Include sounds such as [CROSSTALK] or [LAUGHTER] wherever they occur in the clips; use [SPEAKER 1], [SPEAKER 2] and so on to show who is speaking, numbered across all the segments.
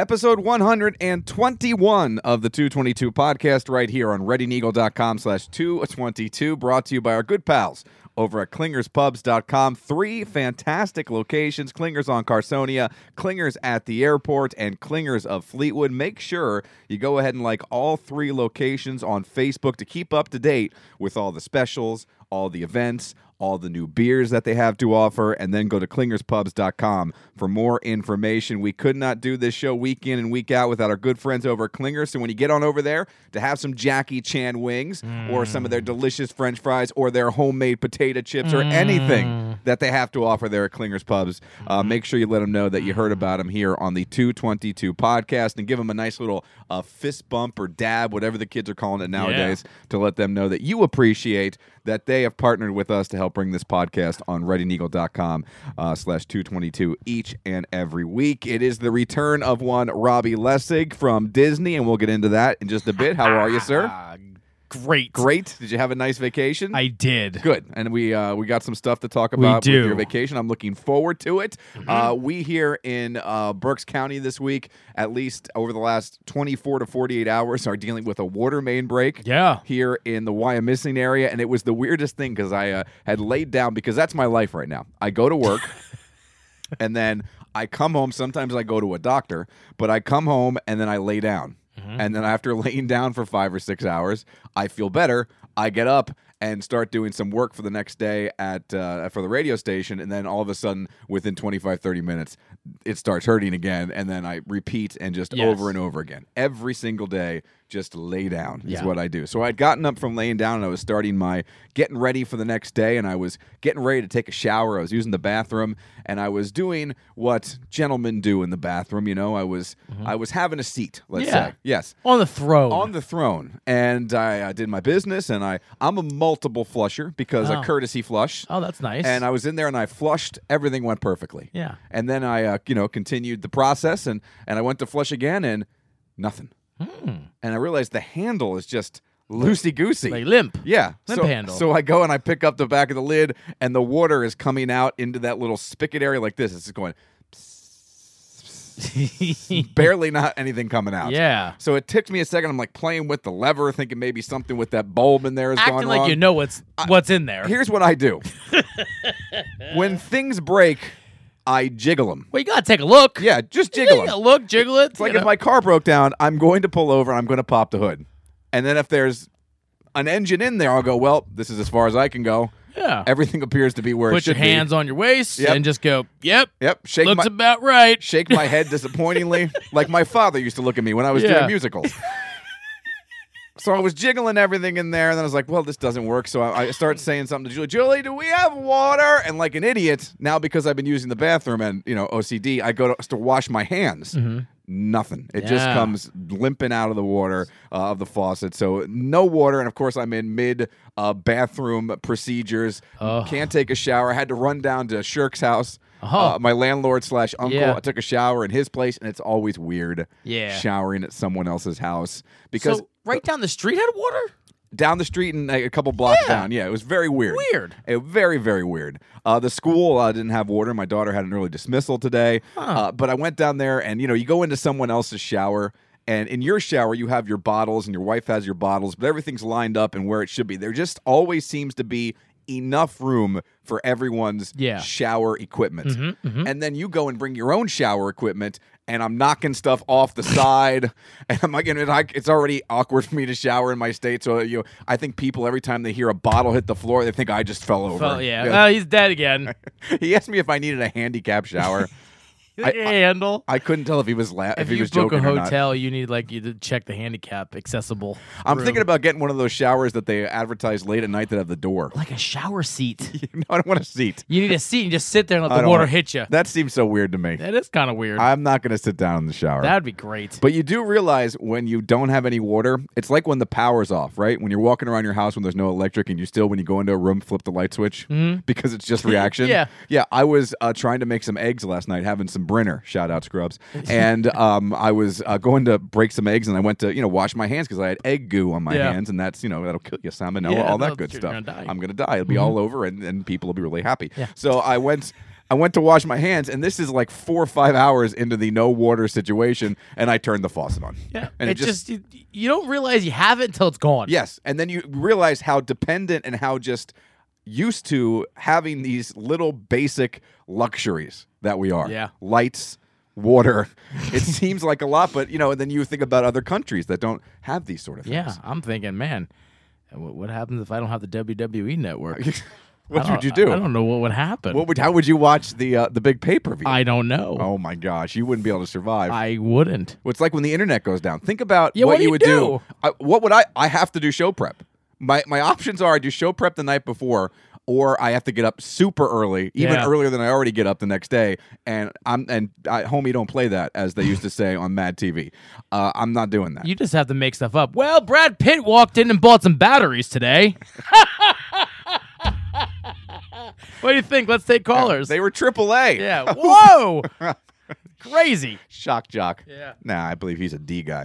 [SPEAKER 1] Episode 121 of the 222 podcast right here on readyneagle.com slash 222 brought to you by our good pals over at clingerspubs.com. Three fantastic locations, Clingers on Carsonia, Clingers at the airport, and Clingers of Fleetwood. Make sure you go ahead and like all three locations on Facebook to keep up to date with all the specials, all the events, all the new beers that they have to offer, and then go to clingerspubs.com for more information. We could not do this show week in and week out without our good friends over at Clingers. So when you get on over there to have some Jackie Chan wings or some of their delicious French fries or their homemade potato chips or anything that they have to offer there at Clingers Pubs, uh, make sure you let them know that you heard about them here on the 222 podcast and give them a nice little uh, fist bump or dab, whatever the kids are calling it nowadays, to let them know that you appreciate that they have partnered with us to help bring this podcast on readyneagle.com uh, slash 222 each and every week. It is the return of one Robbie Lessig from Disney, and we'll get into that in just a bit. How are you,
[SPEAKER 2] [LAUGHS]
[SPEAKER 1] sir?
[SPEAKER 2] Ah, great.
[SPEAKER 1] Great. Did you have a nice vacation?
[SPEAKER 2] I did.
[SPEAKER 1] Good, and we uh, we got some stuff to talk about
[SPEAKER 2] do. Mm-hmm.
[SPEAKER 1] with your vacation. I'm looking forward to it. Uh, we here in uh, Berks County this week, at least over the last 24 to 48 hours, are dealing with a water main break
[SPEAKER 2] Yeah.
[SPEAKER 1] here in the Wyomissing area, and it was the weirdest thing because I uh, had laid down because that's my life right now. I go to
[SPEAKER 2] [LAUGHS]
[SPEAKER 1] work, and then I come home. Sometimes I go to a doctor, but I come home and then I lay down,
[SPEAKER 2] Mm-hmm.
[SPEAKER 1] and then after [LAUGHS] laying down for five or six hours, I feel better. I get up and start doing some work for the next day at uh, for the radio station and then all of a sudden within 25 30 minutes it starts hurting again and then i repeat and just
[SPEAKER 2] Yes.
[SPEAKER 1] over and over again every single day just lay down is
[SPEAKER 2] Yeah.
[SPEAKER 1] what I do. So I'd gotten up from laying down and I was starting my getting ready for the next day and I was getting ready to take a shower. I was using the bathroom and I was doing what gentlemen do in the bathroom, you know. I was I was having a seat, let's
[SPEAKER 2] Mm-hmm. Yeah.
[SPEAKER 1] say. Yes.
[SPEAKER 2] On the throne.
[SPEAKER 1] On the throne, and I, I did my business, and I I'm a multiple flusher because a
[SPEAKER 2] Oh.
[SPEAKER 1] courtesy flush,
[SPEAKER 2] oh, that's nice.
[SPEAKER 1] and I was in there and I flushed. Everything went perfectly.
[SPEAKER 2] yeah.
[SPEAKER 1] And then I, uh, you know, continued the process and and I went to flush again and nothing.
[SPEAKER 2] Hmm.
[SPEAKER 1] And I realized the handle is just loosey goosey.
[SPEAKER 2] Like limp.
[SPEAKER 1] yeah,
[SPEAKER 2] limp
[SPEAKER 1] so,
[SPEAKER 2] handle.
[SPEAKER 1] So I go and I pick up the back of the lid, and the water is coming out into that little spigot area like this. It's just going barely not anything coming out.
[SPEAKER 2] [LAUGHS] yeah.
[SPEAKER 1] So it took me a second. I'm like playing with the lever, thinking maybe something with that bulb in there has gone
[SPEAKER 2] Acting like
[SPEAKER 1] wrong.
[SPEAKER 2] you know what's what's in there.
[SPEAKER 1] Here's what I
[SPEAKER 2] [LAUGHS]
[SPEAKER 1] do. when things break, I jiggle them.
[SPEAKER 2] well, you gotta take a look.
[SPEAKER 1] Yeah, just
[SPEAKER 2] You
[SPEAKER 1] jiggle
[SPEAKER 2] take a
[SPEAKER 1] them.
[SPEAKER 2] look, jiggle it.
[SPEAKER 1] It's like if my car broke down, I'm going to pull over and I'm going to pop the hood. And then if there's an engine in there, I'll go, well, this is as far as I can go.
[SPEAKER 2] yeah.
[SPEAKER 1] Everything appears to be where it
[SPEAKER 2] Put
[SPEAKER 1] should
[SPEAKER 2] your hands on your waist
[SPEAKER 1] Yep.
[SPEAKER 2] and just go. Yep.
[SPEAKER 1] be. Yep, shake
[SPEAKER 2] Looks
[SPEAKER 1] my
[SPEAKER 2] about right.
[SPEAKER 1] shake my head
[SPEAKER 2] [LAUGHS]
[SPEAKER 1] disappointingly, like my father used to look at me when I was doing
[SPEAKER 2] Yeah.
[SPEAKER 1] musicals. So I was jiggling everything in there, and then I was like, "Well, this doesn't work." So I, I start saying something to Julie. Julie, do we have water? And like an idiot, now because I've been using the bathroom and you know OCD, I go to, to wash my hands. Nothing. It just
[SPEAKER 2] Mm-hmm. Yeah.
[SPEAKER 1] comes limping out of the water uh, of the faucet. So no water, and of course I'm in mid uh, bathroom procedures.
[SPEAKER 2] Oh.
[SPEAKER 1] Can't take a shower. I had to run down to Shirk's house.
[SPEAKER 2] Uh-huh.
[SPEAKER 1] Uh, my landlord slash uncle.
[SPEAKER 2] Yeah.
[SPEAKER 1] I took a shower in his place, and it's always weird.
[SPEAKER 2] Yeah.
[SPEAKER 1] showering at someone else's house because
[SPEAKER 2] so right down the street had water.
[SPEAKER 1] down the street and like, a couple blocks down. Yeah, it was very weird.
[SPEAKER 2] Weird.
[SPEAKER 1] It, very very weird. Uh, the school uh, didn't have water. My daughter had an early dismissal today, uh, but I went down there, and you know, you go into someone else's shower. And in your shower, you have your bottles, and your wife has your bottles, but everything's lined up and where it should be. There just always seems to be enough room for everyone's
[SPEAKER 2] Yeah.
[SPEAKER 1] shower equipment.
[SPEAKER 2] Mm-hmm,
[SPEAKER 1] And then you go and bring your own shower equipment, and I'm knocking stuff off the
[SPEAKER 2] [LAUGHS]
[SPEAKER 1] side. And I'm like, and it- I- it's already awkward for me to shower in my state. So you, know, I think people every time they hear a bottle hit the floor, they think I just fell over.
[SPEAKER 2] Well, yeah. Well, he's
[SPEAKER 1] [LAUGHS]
[SPEAKER 2] dead again.
[SPEAKER 1] he asked me if I needed a handicap
[SPEAKER 2] [LAUGHS]
[SPEAKER 1] shower. I-
[SPEAKER 2] handle.
[SPEAKER 1] I couldn't tell if he was la- if,
[SPEAKER 2] if
[SPEAKER 1] he
[SPEAKER 2] you
[SPEAKER 1] was
[SPEAKER 2] book
[SPEAKER 1] joking
[SPEAKER 2] a
[SPEAKER 1] or not.
[SPEAKER 2] hotel, you need like you to check the handicap accessible.
[SPEAKER 1] I'm
[SPEAKER 2] room.
[SPEAKER 1] thinking about getting one of those showers that they advertise late at night that have the door. [LAUGHS]
[SPEAKER 2] like a shower seat.
[SPEAKER 1] no, I don't want a seat.
[SPEAKER 2] You need a seat and just sit there and
[SPEAKER 1] I
[SPEAKER 2] let the
[SPEAKER 1] don't
[SPEAKER 2] water
[SPEAKER 1] want-
[SPEAKER 2] hit you.
[SPEAKER 1] That seems so weird to me.
[SPEAKER 2] That is kind of weird.
[SPEAKER 1] I'm not going to sit down in the shower.
[SPEAKER 2] That would be great.
[SPEAKER 1] But you do realize when you don't have any water, it's like when the power's off, right? When you're walking around your house when there's no electric and you still, when you go into a room, flip the light switch [LAUGHS] because it's just reaction.
[SPEAKER 2] Mm-hmm. [LAUGHS] Yeah.
[SPEAKER 1] Yeah. I was uh, trying to make some eggs last night, having some Brenner, shout out
[SPEAKER 2] [LAUGHS]
[SPEAKER 1] Scrubs. And um, I was uh, going to break some eggs and I went to, you know, wash my hands because I had egg goo on my
[SPEAKER 2] Yeah.
[SPEAKER 1] hands. And that's, you know, that'll kill you, salmonella,
[SPEAKER 2] Yeah,
[SPEAKER 1] all that
[SPEAKER 2] that's-
[SPEAKER 1] good
[SPEAKER 2] you're
[SPEAKER 1] stuff.
[SPEAKER 2] gonna die.
[SPEAKER 1] I'm going to die. It'll be all over and, and people will be really happy.
[SPEAKER 2] Mm-hmm. Yeah.
[SPEAKER 1] So I went. I went to wash my hands, and this is like four or five hours into the no water situation, and I turned the faucet on.
[SPEAKER 2] Yeah.
[SPEAKER 1] and
[SPEAKER 2] it just, you, you don't realize you have it until it's gone.
[SPEAKER 1] Yes, and then you realize how dependent and how just used to having these little basic luxuries that we are.
[SPEAKER 2] Yeah.
[SPEAKER 1] lights, water. it seems like a lot, but you know, then you think about other countries that don't have these sort of things.
[SPEAKER 2] Yeah. I'm thinking, man, what, what happens if I don't have the WWE network?
[SPEAKER 1] [LAUGHS] what
[SPEAKER 2] I
[SPEAKER 1] would you
[SPEAKER 2] don't-
[SPEAKER 1] do?
[SPEAKER 2] I don't know what would happen.
[SPEAKER 1] What would? How would you watch the uh, the big pay per view?
[SPEAKER 2] I don't know.
[SPEAKER 1] Oh my gosh, you wouldn't be able to survive.
[SPEAKER 2] I wouldn't.
[SPEAKER 1] Well, it's like when the internet goes down. Think about
[SPEAKER 2] Yeah,
[SPEAKER 1] what,
[SPEAKER 2] what do
[SPEAKER 1] you
[SPEAKER 2] you
[SPEAKER 1] would do.
[SPEAKER 2] do?
[SPEAKER 1] I, what would I? I have to do show prep. My my options are I do show prep the night before, or I have to get up super early, even
[SPEAKER 2] Yeah.
[SPEAKER 1] earlier than I already get up the next day. And I'm and I, homie, don't play that as they used to say on Mad TV. Uh, I'm not doing that.
[SPEAKER 2] You just have to make stuff up. Well, Brad Pitt walked in and bought some batteries today. [LAUGHS] what do you think? Let's take callers.
[SPEAKER 1] they were AAA. [LAUGHS]
[SPEAKER 2] yeah. Whoa. Crazy.
[SPEAKER 1] shock jock.
[SPEAKER 2] Yeah.
[SPEAKER 1] Nah, I believe he's a D guy.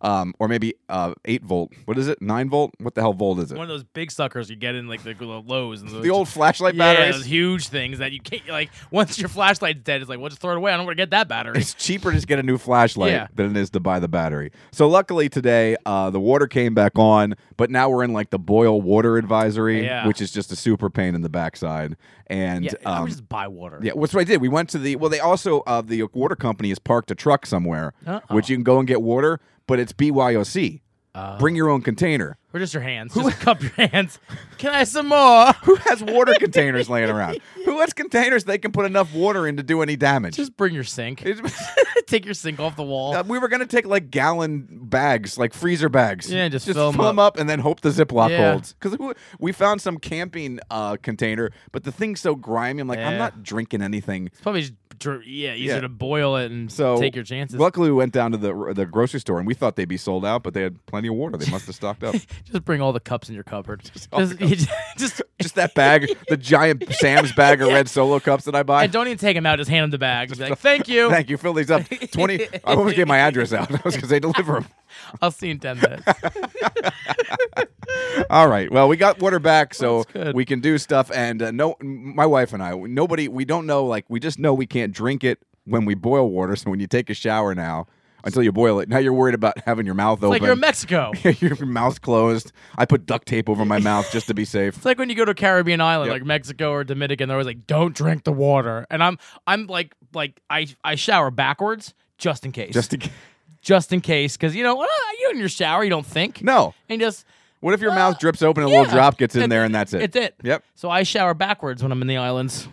[SPEAKER 1] Um, or maybe uh, eight volt. What is it? Nine volt? What the hell volt is it?
[SPEAKER 2] One of those big suckers you get in like the, the lows and
[SPEAKER 1] the old flashlight
[SPEAKER 2] yeah,
[SPEAKER 1] batteries.
[SPEAKER 2] those huge things that you can't like. Once your flashlight's dead, it's like, well, just throw it away. I don't want to get that battery.
[SPEAKER 1] it's cheaper to just get a new flashlight
[SPEAKER 2] Yeah.
[SPEAKER 1] than it is to buy the battery. So luckily today, uh, the water came back on, but now we're in like the boil water advisory,
[SPEAKER 2] Yeah.
[SPEAKER 1] which is just a super pain in the backside. And
[SPEAKER 2] Yeah, I
[SPEAKER 1] um,
[SPEAKER 2] would just buy water.
[SPEAKER 1] yeah, what's what I did? We went to the well. They also uh, the water company has parked a truck somewhere,
[SPEAKER 2] Uh-oh.
[SPEAKER 1] which you can go and get water, but it's BYOC.
[SPEAKER 2] Oh.
[SPEAKER 1] Bring your own container. [LAUGHS]
[SPEAKER 2] Or just your hands. Just cup your hands. Can I have some more?
[SPEAKER 1] Who has water containers laying
[SPEAKER 2] [LAUGHS]
[SPEAKER 1] around? Who has containers they can put enough water in to do any damage?
[SPEAKER 2] Just bring your sink.
[SPEAKER 1] It's-
[SPEAKER 2] [LAUGHS]
[SPEAKER 1] [LAUGHS]
[SPEAKER 2] Take your sink off the wall.
[SPEAKER 1] Uh, we were gonna take like gallon bags, like freezer bags.
[SPEAKER 2] Yeah, just
[SPEAKER 1] just
[SPEAKER 2] fill 'em
[SPEAKER 1] them up. and then hope the Ziploc
[SPEAKER 2] Yeah.
[SPEAKER 1] holds. Because we found some camping uh, container, but the thing's so grimy. I'm like, I'm
[SPEAKER 2] Yeah.
[SPEAKER 1] not drinking anything.
[SPEAKER 2] Probably just, dr- yeah, easier
[SPEAKER 1] Yeah.
[SPEAKER 2] to boil it and
[SPEAKER 1] So
[SPEAKER 2] take your chances.
[SPEAKER 1] Luckily, we went down to the the grocery store, and we thought they'd be sold out, but they had plenty of water. They must have stocked
[SPEAKER 2] [LAUGHS]
[SPEAKER 1] up.
[SPEAKER 2] just bring all the cups in your cupboard.
[SPEAKER 1] [LAUGHS]
[SPEAKER 2] Just,
[SPEAKER 1] all the
[SPEAKER 2] you [LAUGHS] just-
[SPEAKER 1] [LAUGHS] just that bag, the giant Sam's bag
[SPEAKER 2] [LAUGHS]
[SPEAKER 1] of red Solo cups that I buy.
[SPEAKER 2] and don't even take them out. Just hand them the bag. Be like, thank you.
[SPEAKER 1] [LAUGHS] Thank you. Fill these
[SPEAKER 2] [LAUGHS]
[SPEAKER 1] up. Twenty. I almost gave my address out. [LAUGHS] I was gonna say deliver them.
[SPEAKER 2] I'll see you in ten
[SPEAKER 1] [LAUGHS]
[SPEAKER 2] minutes.
[SPEAKER 1] All right. Well, we got water back, so
[SPEAKER 2] That's good.
[SPEAKER 1] we can do stuff. And uh, no, m- my wife and I, nobody, we don't know. Like, we just know we can't drink it when we boil water. So when you take a shower now, until you boil it, now you're worried about having your mouth
[SPEAKER 2] like
[SPEAKER 1] open,
[SPEAKER 2] you're in Mexico.
[SPEAKER 1] [LAUGHS] your mouth closed. I put duct tape over my mouth just to be safe.
[SPEAKER 2] [LAUGHS] It's like when you go to a Caribbean island,
[SPEAKER 1] Yep.
[SPEAKER 2] like Mexico or Dominican, they're always like, "Don't drink the water." And I'm, I'm like, like I, I shower backwards just in case,
[SPEAKER 1] Just to g-
[SPEAKER 2] just in case, because you know, uh, you in your shower, you don't think,
[SPEAKER 1] no.
[SPEAKER 2] and just
[SPEAKER 1] What if your
[SPEAKER 2] Uh,
[SPEAKER 1] mouth drips open and a
[SPEAKER 2] yeah.
[SPEAKER 1] little drop gets in
[SPEAKER 2] It-
[SPEAKER 1] there and that's it?
[SPEAKER 2] it's it.
[SPEAKER 1] Yep.
[SPEAKER 2] So I shower backwards when I'm in the islands.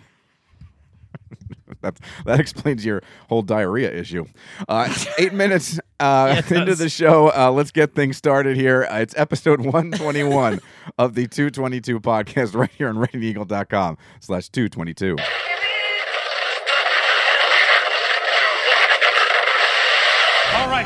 [SPEAKER 1] That that [LAUGHS] explains your whole diarrhea issue. Uh, eight minutes uh, [LAUGHS]
[SPEAKER 2] Yeah, it
[SPEAKER 1] into
[SPEAKER 2] does.
[SPEAKER 1] the show, uh, let's get things started here. Uh, it's episode [LAUGHS] 121 of the 222 podcast [LAUGHS] right here on RainEagle.com slash 222.
[SPEAKER 3] All right,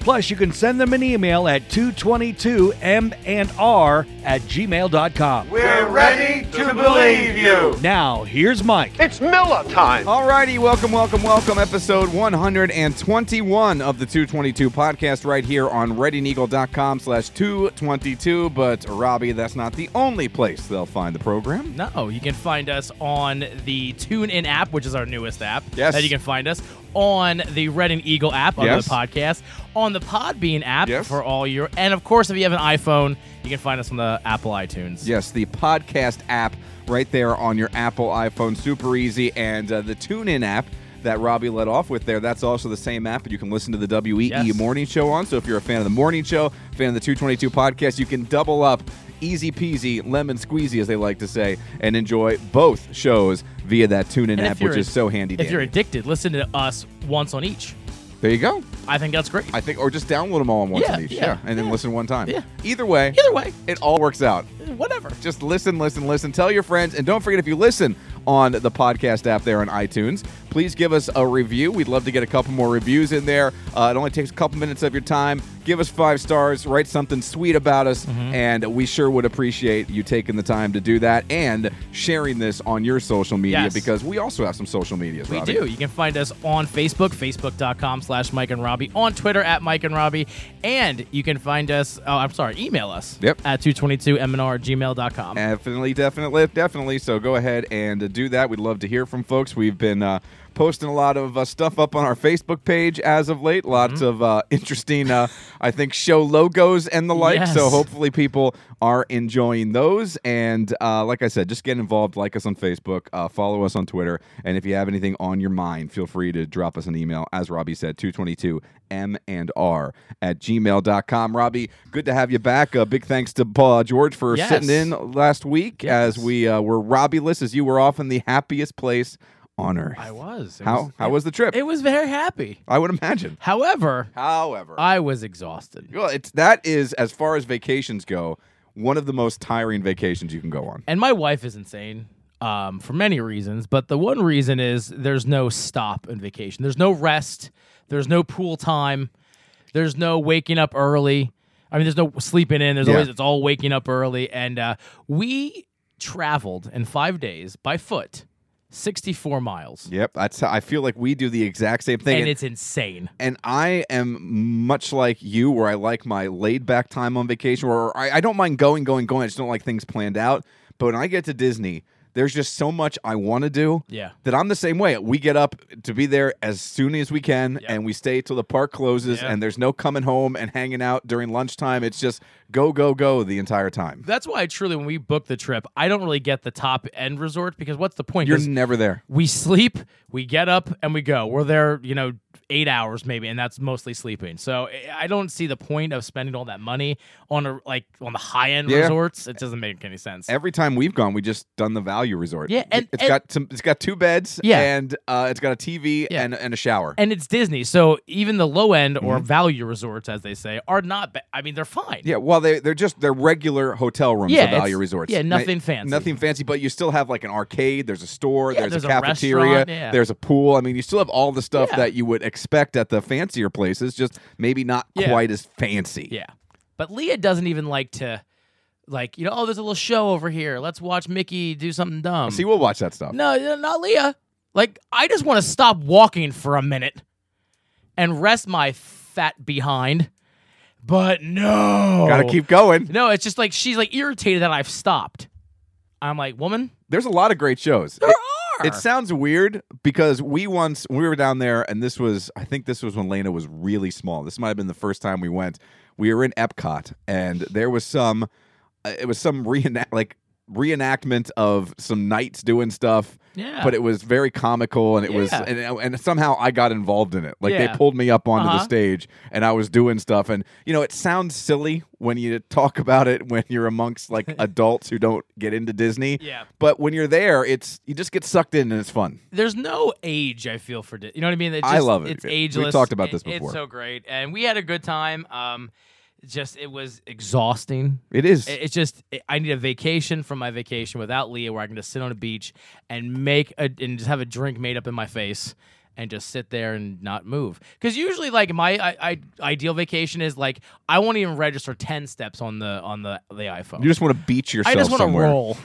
[SPEAKER 4] Plus, you can send them an email at 222m&r at gmail.com.
[SPEAKER 5] We're ready to believe you.
[SPEAKER 4] Now, here's Mike.
[SPEAKER 6] It's Miller time.
[SPEAKER 1] All righty, welcome, welcome, welcome. Episode 121 of the 222 podcast right here on ReadyNeagle.com slash 222. But Robbie, that's not the only place they'll find the program.
[SPEAKER 2] No, you can find us on the TuneIn app, which is our newest app.
[SPEAKER 1] Yes.
[SPEAKER 2] That you can find us on the Red and Eagle app on
[SPEAKER 1] Yes.
[SPEAKER 2] the podcast, on the Podbean app
[SPEAKER 1] Yes.
[SPEAKER 2] for all your, and of course, if you have an iPhone, you can find us on the Apple iTunes.
[SPEAKER 1] Yes, the podcast app right there on your Apple iPhone, super easy, and uh, the TuneIn app that Robbie led off with there. That's also the same app that you can listen to the WEE
[SPEAKER 2] Yes.
[SPEAKER 1] morning show on. So if you're a fan of the morning show, fan of the 222 podcast, you can double up easy peasy, lemon squeezy, as they like to say, and enjoy both shows via that TuneIn
[SPEAKER 2] And
[SPEAKER 1] app,
[SPEAKER 2] if you're
[SPEAKER 1] which
[SPEAKER 2] a-
[SPEAKER 1] is so handy.
[SPEAKER 2] If you're
[SPEAKER 1] dandy.
[SPEAKER 2] addicted, listen to us once on each.
[SPEAKER 1] There you go.
[SPEAKER 2] I think that's great.
[SPEAKER 1] I think, or just download them all in one
[SPEAKER 2] Yeah,
[SPEAKER 1] time each.
[SPEAKER 2] yeah,
[SPEAKER 1] Yeah, and then
[SPEAKER 2] yeah.
[SPEAKER 1] listen one time.
[SPEAKER 2] Yeah.
[SPEAKER 1] Either way,
[SPEAKER 2] Either way,
[SPEAKER 1] it all works out.
[SPEAKER 2] whatever.
[SPEAKER 1] Just listen, listen, listen. Tell your friends, and don't forget if you listen on the podcast app there on iTunes, please give us a review. We'd love to get a couple more reviews in there. Uh, it only takes a couple minutes of your time. Give us five stars. Write something sweet about us,
[SPEAKER 2] Mm-hmm.
[SPEAKER 1] and we sure would appreciate you taking the time to do that and sharing this on your social media
[SPEAKER 2] Yes.
[SPEAKER 1] because we also have some social medias.
[SPEAKER 2] We
[SPEAKER 1] Robbie.
[SPEAKER 2] do. You can find us on Facebook, facebook.com slash Mike and Robbie, on Twitter at Mike and Robbie, and you can find us, oh, I'm sorry, email us
[SPEAKER 1] Yep.
[SPEAKER 2] at 222mnr gmail.com.
[SPEAKER 1] Definitely, definitely, definitely. So go ahead and uh, do that. We'd love to hear from folks. We've been uh, posting a lot of uh, stuff up on our Facebook page as of late. Lots
[SPEAKER 2] Mm-hmm.
[SPEAKER 1] of uh, interesting, uh, I think, show logos and the like.
[SPEAKER 2] Yes.
[SPEAKER 1] So hopefully people are enjoying those. And uh, like I said, just get involved. Like us on Facebook. Uh, follow us on Twitter. And if you have anything on your mind, feel free to drop us an email. As Robbie said, 222 M and R at gmail.com. Robbie, good to have you back. Uh, big thanks to uh, George for
[SPEAKER 2] Yes.
[SPEAKER 1] sitting in [LAUGHS] last week
[SPEAKER 2] Yes.
[SPEAKER 1] as we uh, were Robbie-less, as you were off in the happiest place on earth.
[SPEAKER 2] I was. It
[SPEAKER 1] How
[SPEAKER 2] was-
[SPEAKER 1] how was the trip?
[SPEAKER 2] It was very happy.
[SPEAKER 1] I would imagine.
[SPEAKER 2] However,
[SPEAKER 1] However,
[SPEAKER 2] I was exhausted.
[SPEAKER 1] well, it's that is as far as vacations go, one of the most tiring vacations you can go on.
[SPEAKER 2] And my wife is insane um, for many reasons, but the one reason is there's no stop in vacation. There's no rest. There's no pool time. There's no waking up early. I mean, there's no sleeping in. There's
[SPEAKER 1] Yeah.
[SPEAKER 2] always it's all waking up early. And uh, we traveled in five days by foot, 64 miles,
[SPEAKER 1] Yep, that's how I feel like we do the exact same thing.
[SPEAKER 2] and it's insane.
[SPEAKER 1] and I am much like you, where I like my laid back time on vacation, where I, I don't mind going, going, going. I just don't like things planned out. But when I get to Disney, there's just so much I want to do.
[SPEAKER 2] Yeah.
[SPEAKER 1] That I'm the same way. We get up to be there as soon as we can, and we stay till the park closes,
[SPEAKER 2] Yeah.
[SPEAKER 1] and there's no coming home and hanging out during lunchtime. It's just go, go, go the entire time.
[SPEAKER 2] That's why I truly, when we book the trip, I don't really get the top end resort because what's the point?
[SPEAKER 1] You're
[SPEAKER 2] 'Cause
[SPEAKER 1] never there.
[SPEAKER 2] we sleep, we get up, and we go. We're there, you know, eight hours maybe, and that's mostly sleeping. So I- I don't see the point of spending all that money on a like on the high end
[SPEAKER 1] Yeah.
[SPEAKER 2] resorts. It doesn't make any sense.
[SPEAKER 1] Every time we've gone, we just done the value resort.
[SPEAKER 2] Yeah, and-
[SPEAKER 1] it's
[SPEAKER 2] and-
[SPEAKER 1] got some, it's got two beds,
[SPEAKER 2] Yeah.
[SPEAKER 1] and uh, it's got a TV
[SPEAKER 2] Yeah.
[SPEAKER 1] and and a shower.
[SPEAKER 2] and it's Disney, so even the low end or value resorts, as they say, are not. Ba- I mean, they're fine.
[SPEAKER 1] Mm-hmm. Yeah, well, they they're just they're regular hotel rooms
[SPEAKER 2] Yeah,
[SPEAKER 1] at value
[SPEAKER 2] it's-
[SPEAKER 1] resorts.
[SPEAKER 2] yeah,
[SPEAKER 1] Ni-
[SPEAKER 2] nothing fancy.
[SPEAKER 1] Nothing fancy, but you still have like an arcade. There's a store.
[SPEAKER 2] Yeah,
[SPEAKER 1] there's,
[SPEAKER 2] there's
[SPEAKER 1] a
[SPEAKER 2] a
[SPEAKER 1] cafeteria.
[SPEAKER 2] restaurant, yeah.
[SPEAKER 1] There's a pool. I mean, you still have all the stuff
[SPEAKER 2] Yeah.
[SPEAKER 1] that you would expect at the fancier places. Just maybe not
[SPEAKER 2] Yeah.
[SPEAKER 1] quite as fancy.
[SPEAKER 2] Yeah. But Leah doesn't even like to, like you know, oh, there's a little show over here. Let's watch Mickey do something dumb.
[SPEAKER 1] See, we'll watch that stuff.
[SPEAKER 2] No, no, not Leah. Like, I just want to stop walking for a minute and rest my fat behind. But no.
[SPEAKER 1] Gotta keep going.
[SPEAKER 2] No, it's just like she's like irritated that I've stopped. I'm like, woman,
[SPEAKER 1] There's a lot of great shows.
[SPEAKER 2] there
[SPEAKER 1] It-
[SPEAKER 2] are.
[SPEAKER 1] It sounds weird because we once we were down there, and this was I think this was when Lena was really small. This might have been the first time we went. We were in Epcot, and there was some. uh, It was some reenact like reenactment of some knights doing stuff.
[SPEAKER 2] Yeah.
[SPEAKER 1] But it was very comical, and it was
[SPEAKER 2] Yeah.
[SPEAKER 1] and, and somehow I got involved in it. Like they
[SPEAKER 2] Yeah.
[SPEAKER 1] pulled me up onto the
[SPEAKER 2] Uh-huh.
[SPEAKER 1] stage, and I was doing stuff. And you know, it sounds silly when you talk about it when you're amongst
[SPEAKER 2] [LAUGHS]
[SPEAKER 1] like adults who don't get into Disney.
[SPEAKER 2] Yeah.
[SPEAKER 1] But when you're there, it's you just get sucked in and it's fun.
[SPEAKER 2] There's no age I feel for it. You know what I mean? It
[SPEAKER 1] I
[SPEAKER 2] just-
[SPEAKER 1] love it.
[SPEAKER 2] It's
[SPEAKER 1] We
[SPEAKER 2] ageless.
[SPEAKER 1] talked about
[SPEAKER 2] It-
[SPEAKER 1] this before.
[SPEAKER 2] It's so great. And we had a good time. Um, just it was exhausting.
[SPEAKER 1] It is.
[SPEAKER 2] It- It's just it- I need a vacation from my vacation without Leah, where I can just sit on a beach and make a and just have a drink made up in my face and just sit there and not move. Because usually, like my I, I, ideal vacation is like I won't even register ten steps on the on the the iPhone.
[SPEAKER 1] you just want to beat yourself
[SPEAKER 2] I just want to
[SPEAKER 1] somewhere.
[SPEAKER 2] roll.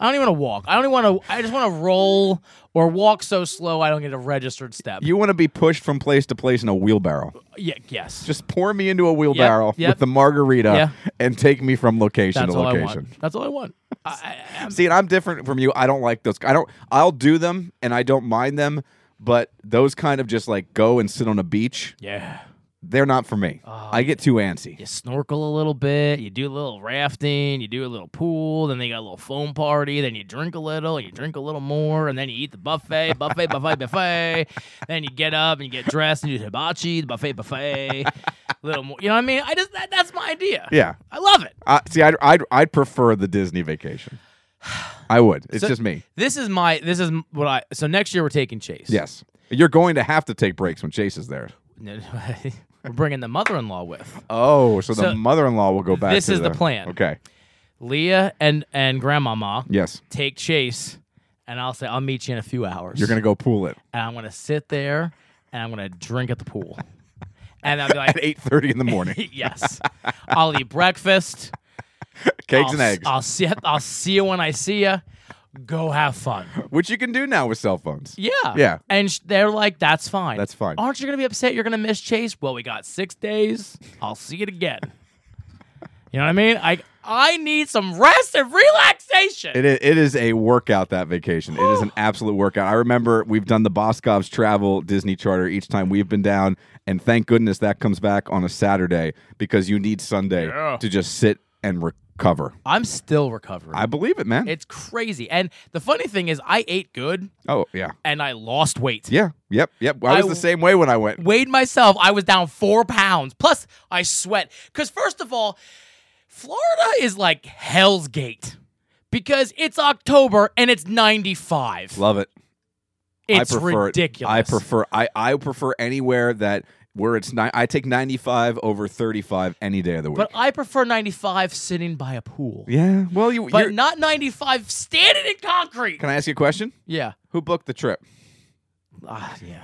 [SPEAKER 2] I don't even want to walk. I don't even want to. I just want to roll or walk so slow I don't get a registered step.
[SPEAKER 1] You want to be pushed from place to place in a wheelbarrow.
[SPEAKER 2] yeah, yes.
[SPEAKER 1] Just pour me into a wheelbarrow
[SPEAKER 2] yep.
[SPEAKER 1] with the margarita
[SPEAKER 2] Yeah.
[SPEAKER 1] and take me from location
[SPEAKER 2] that's
[SPEAKER 1] to
[SPEAKER 2] all
[SPEAKER 1] location.
[SPEAKER 2] I want. That's all I want. I, I, I'm-
[SPEAKER 1] See, and I'm different from you. I don't like those. I don't. I'll do them, and I don't mind them. But those kind of just like go and sit on a beach,
[SPEAKER 2] yeah.
[SPEAKER 1] they're not for me.
[SPEAKER 2] Oh,
[SPEAKER 1] I get too antsy.
[SPEAKER 2] you snorkel a little bit, you do a little rafting, you do a little pool, then they got a little foam party, then you drink a little, and you drink a little more, and then you eat the buffet, buffet, buffet, buffet.
[SPEAKER 1] [LAUGHS]
[SPEAKER 2] Then you get up and you get dressed and you do hibachi, the buffet, buffet, a little more. You know what I mean? I just that, that's my idea.
[SPEAKER 1] Yeah.
[SPEAKER 2] I love it.
[SPEAKER 1] I, see, I'd, I'd I'd prefer the Disney
[SPEAKER 2] [SIGHS]
[SPEAKER 1] vacation. I would. It's
[SPEAKER 2] So-
[SPEAKER 1] just me.
[SPEAKER 2] This is my this is what I so next year we're taking Chase.
[SPEAKER 1] Yes. You're going to have to take breaks when Chase is there.
[SPEAKER 2] [LAUGHS] We're bringing the mother-in-law with
[SPEAKER 1] Oh, so, the
[SPEAKER 2] So,
[SPEAKER 1] mother-in-law will go back.
[SPEAKER 2] this
[SPEAKER 1] to
[SPEAKER 2] is the plan.
[SPEAKER 1] Okay.
[SPEAKER 2] Leah and and Grandmama.
[SPEAKER 1] Yes.
[SPEAKER 2] Take Chase, and I'll say I'll meet you in a few hours.
[SPEAKER 1] You're gonna go pool it
[SPEAKER 2] and I'm gonna sit there and I'm gonna drink at
[SPEAKER 1] [LAUGHS]
[SPEAKER 2] the pool, and I'll be
[SPEAKER 1] at
[SPEAKER 2] like, [LAUGHS]
[SPEAKER 1] 8:30 in the morning.
[SPEAKER 2] yes, I'll eat breakfast.
[SPEAKER 1] Cakes
[SPEAKER 2] I'll,
[SPEAKER 1] and
[SPEAKER 2] s-
[SPEAKER 1] eggs,
[SPEAKER 2] I'll see. I'll see you when I see you. Go
[SPEAKER 1] [LAUGHS]
[SPEAKER 2] have fun.
[SPEAKER 1] which you can do now with cell phones.
[SPEAKER 2] Yeah.
[SPEAKER 1] Yeah.
[SPEAKER 2] And sh- they're like, that's fine.
[SPEAKER 1] That's fine.
[SPEAKER 2] Aren't you going to be upset you're going to miss Chase? Well, we got six days. I'll see it again. you know what I mean? I I need some rest and relaxation.
[SPEAKER 1] It is, it is a workout that vacation. It is an absolute workout. I remember we've done the Boscov's Travel Disney Charter each time we've been down, and thank goodness that comes back on a Saturday because you need Sunday to just sit and recover.
[SPEAKER 2] I'm still recovering.
[SPEAKER 1] I believe it, man.
[SPEAKER 2] it's crazy. And the funny thing is, I ate good
[SPEAKER 1] oh yeah,
[SPEAKER 2] and I lost weight.
[SPEAKER 1] yeah, yep, yep. I was
[SPEAKER 2] I-
[SPEAKER 1] the same way when I went.
[SPEAKER 2] Weighed myself, I was down four pounds. Plus, I sweat. Because, first of all, Florida is like Hell's Gate because it's October and it's 95.
[SPEAKER 1] Love it.
[SPEAKER 2] It's
[SPEAKER 1] I prefer it.
[SPEAKER 2] ridiculous.
[SPEAKER 1] I prefer. I I prefer anywhere that where it's nine. I take ninety five over thirty five any day of the week.
[SPEAKER 2] But uh, I prefer 95 sitting by a pool.
[SPEAKER 1] yeah. Well, you.
[SPEAKER 2] But
[SPEAKER 1] you're-
[SPEAKER 2] not 95 standing in concrete.
[SPEAKER 1] can I ask you a question?
[SPEAKER 2] Yeah.
[SPEAKER 1] Who booked the trip?
[SPEAKER 2] Ah, yeah.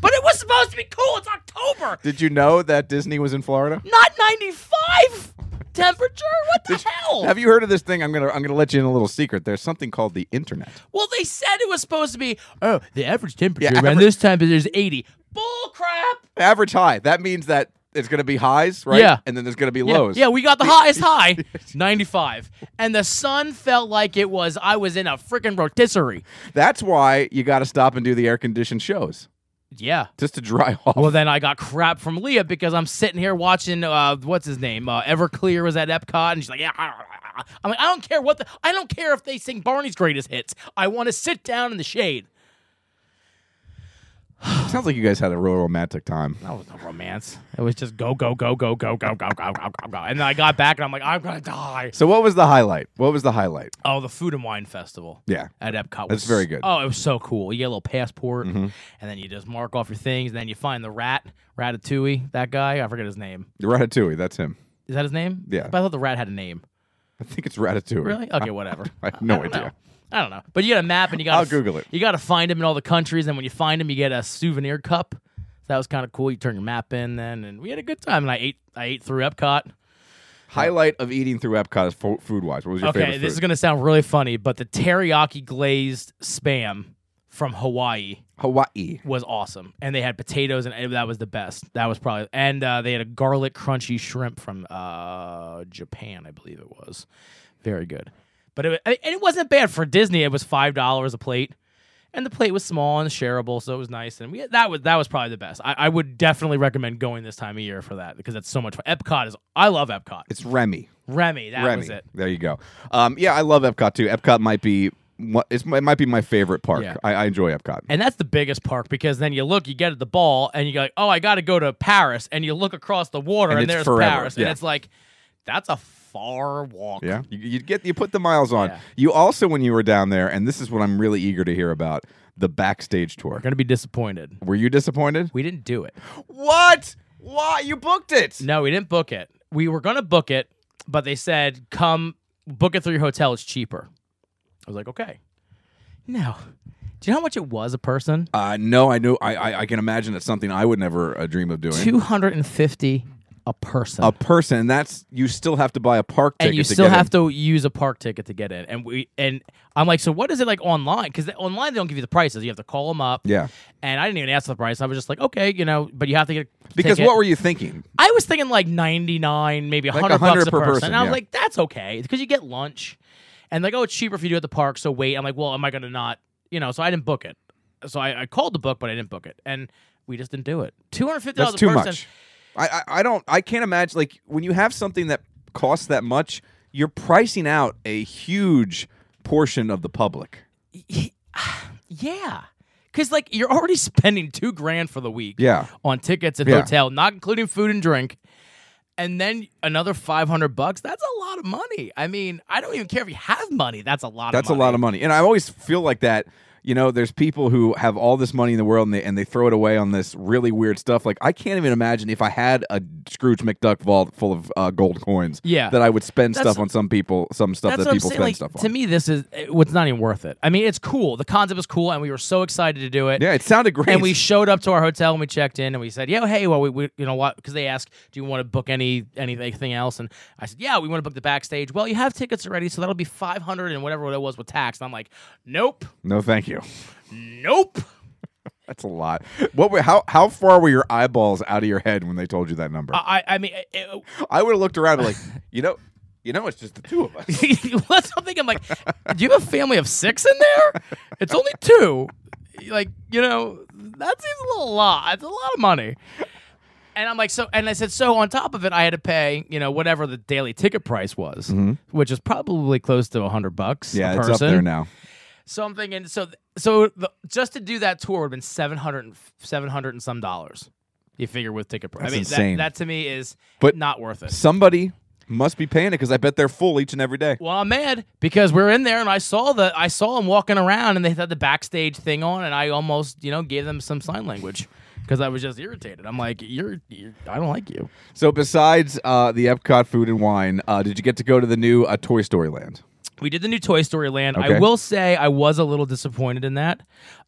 [SPEAKER 2] But it was supposed to be cool. It's October.
[SPEAKER 1] Did you know that Disney was in Florida?
[SPEAKER 2] Not 95 temperature. What the
[SPEAKER 1] Did you-
[SPEAKER 2] hell?
[SPEAKER 1] Have you heard of this thing? I'm gonna I'm gonna let you in a little secret. There's something called the internet.
[SPEAKER 2] well, they said it was supposed to be, oh, the average temperature
[SPEAKER 1] Yeah,
[SPEAKER 2] around
[SPEAKER 1] average-
[SPEAKER 2] this time is 80. Bull crap.
[SPEAKER 1] Average high. That means that it's gonna be highs, right?
[SPEAKER 2] Yeah.
[SPEAKER 1] And then there's gonna be
[SPEAKER 2] Yeah,
[SPEAKER 1] lows.
[SPEAKER 2] Yeah, we got the
[SPEAKER 1] [LAUGHS]
[SPEAKER 2] highest high, 95. And the sun felt like it was, I was in a freaking rotisserie.
[SPEAKER 1] That's why you gotta stop and do the air conditioned shows.
[SPEAKER 2] Yeah.
[SPEAKER 1] Just to dry [LAUGHS] off.
[SPEAKER 2] Well, then I got crap from Leah because I'm sitting here watching, uh, what's his name? Uh, Everclear was at Epcot, and she's like, yeah. [LAUGHS] I'm like, I don't care what the, I don't care if they sing Barney's greatest hits. I want to sit down in the shade.
[SPEAKER 1] Sounds like you guys had a real romantic time.
[SPEAKER 2] That was no romance. It was just go, go, go, go, go, go, go, go, go, go, go. And then I got back, and I'm like, I'm going to die.
[SPEAKER 1] So what was the highlight? What was the highlight?
[SPEAKER 2] Oh, the Food and Wine Festival.
[SPEAKER 1] Yeah.
[SPEAKER 2] At Epcot.
[SPEAKER 1] That's
[SPEAKER 2] was-
[SPEAKER 1] very good. Mm-hmm.
[SPEAKER 2] Oh, it was so cool. You get a little passport, and then you just mark off your things, and then you find the rat, Ratatouille, that guy. I forget his name.
[SPEAKER 1] Ratatouille, that's him.
[SPEAKER 2] Is that his name?
[SPEAKER 1] Yeah.
[SPEAKER 2] But I thought the rat had a name.
[SPEAKER 1] I think it's Ratatouille.
[SPEAKER 2] Really? Okay, whatever.
[SPEAKER 1] [LAUGHS] I have no
[SPEAKER 2] don't
[SPEAKER 1] idea.
[SPEAKER 2] know. I don't know. But you got a map and you got.
[SPEAKER 1] I'll Google it.
[SPEAKER 2] You got to find him in all the countries, and when you find him, you get a souvenir cup. So that was kind of cool. You turn your map in, then, and we had a good time. And I ate, I ate through Epcot.
[SPEAKER 1] Highlight of eating through Epcot is fo- food wise. What was your
[SPEAKER 2] okay,
[SPEAKER 1] favorite
[SPEAKER 2] this is
[SPEAKER 1] food?
[SPEAKER 2] gonna sound really funny, but the teriyaki glazed spam from Hawaii
[SPEAKER 1] Hawaii.
[SPEAKER 2] was awesome, and they had potatoes, and that was the best. That was probably, and uh, they had a garlic crunchy shrimp from uh, Japan, I believe it was, very good. But it, wa- I- and it wasn't bad for Disney. It was five dollars a plate, and the plate was small and shareable, so it was nice. And we that was that was probably the best. I, I would definitely recommend going this time of year for that because that's so much fun. Epcot is I love Epcot.
[SPEAKER 1] It's Remy.
[SPEAKER 2] Remy, that
[SPEAKER 1] Remy.
[SPEAKER 2] was it.
[SPEAKER 1] There you go. Um, yeah, I love Epcot too. Epcot might be what it's, it might be my favorite park.
[SPEAKER 2] Yeah.
[SPEAKER 1] I, I enjoy Epcot.
[SPEAKER 2] And that's the biggest park because then you look, you get at the ball, and you go, like, "Oh, I got to go to Paris," and you look across the water,
[SPEAKER 1] And
[SPEAKER 2] and,
[SPEAKER 1] it's
[SPEAKER 2] there's
[SPEAKER 1] forever,
[SPEAKER 2] Paris,
[SPEAKER 1] yeah.
[SPEAKER 2] and it's like, that's a far walk.
[SPEAKER 1] Yeah, you, you get you put the miles on.
[SPEAKER 2] Yeah.
[SPEAKER 1] You also, when you were down there, and this is what I'm really eager to hear about the backstage tour.
[SPEAKER 2] we're gonna be disappointed.
[SPEAKER 1] Were you disappointed?
[SPEAKER 2] We didn't do it.
[SPEAKER 1] What? Why you booked it?
[SPEAKER 2] No, we didn't book it. We were gonna book it, but they said, "Come book it through your hotel. It's cheaper." I was like, "Okay." No, do you know how much it was a person?
[SPEAKER 1] Uh, no, I knew. I, I I can imagine it's something I would never uh, dream of doing.
[SPEAKER 2] Two hundred and fifty a person.
[SPEAKER 1] a person, and that's you still have to buy a park ticket.
[SPEAKER 2] and you
[SPEAKER 1] to
[SPEAKER 2] still
[SPEAKER 1] get
[SPEAKER 2] have
[SPEAKER 1] in.
[SPEAKER 2] to use a park ticket to get in. And we and I'm like, so what is it like online? Because online they don't give you the prices. You have to call them up.
[SPEAKER 1] Yeah.
[SPEAKER 2] And I didn't even ask for the price. I was just like, okay, you know, but you have to get a
[SPEAKER 1] Because
[SPEAKER 2] ticket.
[SPEAKER 1] what were you thinking?
[SPEAKER 2] I was thinking like 99, maybe 100,
[SPEAKER 1] 100
[SPEAKER 2] bucks a
[SPEAKER 1] per
[SPEAKER 2] person.
[SPEAKER 1] person,
[SPEAKER 2] And I was
[SPEAKER 1] yeah.
[SPEAKER 2] like, that's okay because you get lunch. And like, oh, it's cheaper if you do it at the park. So wait. I'm like, well, am I going to not, you know, so I didn't book it. So I, I called the book, but I didn't book it. And we just didn't do it. $250
[SPEAKER 1] That's
[SPEAKER 2] a
[SPEAKER 1] too
[SPEAKER 2] person.
[SPEAKER 1] much. I, I I don't. I can't imagine. Like when you have something that costs that much, you're pricing out a huge portion of the public.
[SPEAKER 2] Yeah. Cause like you're already [LAUGHS] spending two grand for the week.
[SPEAKER 1] Yeah.
[SPEAKER 2] On tickets and
[SPEAKER 1] Yeah.
[SPEAKER 2] hotel, not including food and drink. And then another five hundred bucks. That's a lot of money. I mean, I don't even care if you have money. That's a lot
[SPEAKER 1] That's
[SPEAKER 2] of money.
[SPEAKER 1] a lot of money. And I always feel like that. you know, there's people who have all this money in the world and they and they throw it away on this really weird stuff. Like I can't even imagine if I had a Scrooge McDuck vault full of uh, gold coins.
[SPEAKER 2] Yeah.
[SPEAKER 1] that I would spend
[SPEAKER 2] That's-
[SPEAKER 1] stuff on some people, some stuff that
[SPEAKER 2] what I'm
[SPEAKER 1] people
[SPEAKER 2] saying,
[SPEAKER 1] spend
[SPEAKER 2] like,
[SPEAKER 1] stuff on.
[SPEAKER 2] To me, this is it- it's not even worth it. I mean, it's cool. The concept is cool, and we were so excited to do it.
[SPEAKER 1] yeah, it sounded great.
[SPEAKER 2] And we showed up to our hotel and we checked in and we said, "Yeah, hey, well, we, we you know what? Because they asked, do you want to book any anything else?" And I said, "Yeah, we want to book the backstage." Well, you have tickets already, so that'll be five hundred and whatever it was with tax. And I'm like, "Nope,
[SPEAKER 1] no, thank you.
[SPEAKER 2] nope."
[SPEAKER 1] That's a lot. What? Were, how how far were your eyeballs out of your head when they told you that number?
[SPEAKER 2] I I I mean, it- it-
[SPEAKER 1] I would have looked around
[SPEAKER 2] [LAUGHS]
[SPEAKER 1] and like, you know, you know, it's just the two of us.
[SPEAKER 2] that's something I'm like, do you have a family of six in there? It's only two. Like, you know, that seems a little lot. It's a lot of money. And I'm like, so, and I said, so on top of it, I had to pay, you know, whatever the daily ticket price was, which is probably close to a hundred bucks.
[SPEAKER 1] [LAUGHS] Mm-hmm. yeah,
[SPEAKER 2] a
[SPEAKER 1] it's
[SPEAKER 2] person.
[SPEAKER 1] up there now.
[SPEAKER 2] So I'm thinking, so, th- so the, just to do that tour would have been 700 and, 700 and some dollars. You figure with ticket price.
[SPEAKER 1] That's
[SPEAKER 2] I mean,
[SPEAKER 1] insane.
[SPEAKER 2] That, that to me is
[SPEAKER 1] But-
[SPEAKER 2] not worth it.
[SPEAKER 1] Somebody must be paying it because I bet they're full each and every day.
[SPEAKER 2] Well, I'm mad because we're in there and I saw the I saw them walking around and they had the backstage thing on and I almost you know gave them some sign language because I was just irritated. I'm like, you're, you're I don't like you.
[SPEAKER 1] So besides uh, the Epcot food and wine, uh, did you get to go to the new uh, Toy Story Land?
[SPEAKER 2] We did the new Toy Story Land.
[SPEAKER 1] Okay.
[SPEAKER 2] I will say I was a little disappointed in that.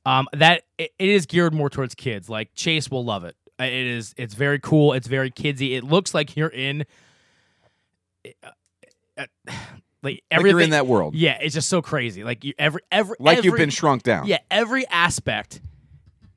[SPEAKER 2] Um, that it, it is geared more towards kids. Like Chase will love it. Uh, It is. It's very cool. It's very kidsy. It looks like you're in. uh, uh, [SIGHS] Like
[SPEAKER 1] Like
[SPEAKER 2] everything
[SPEAKER 1] you're in that world.
[SPEAKER 2] Yeah, it's just so crazy. Like you every every
[SPEAKER 1] Like you've
[SPEAKER 2] every-
[SPEAKER 1] been shrunk down.
[SPEAKER 2] Yeah, every aspect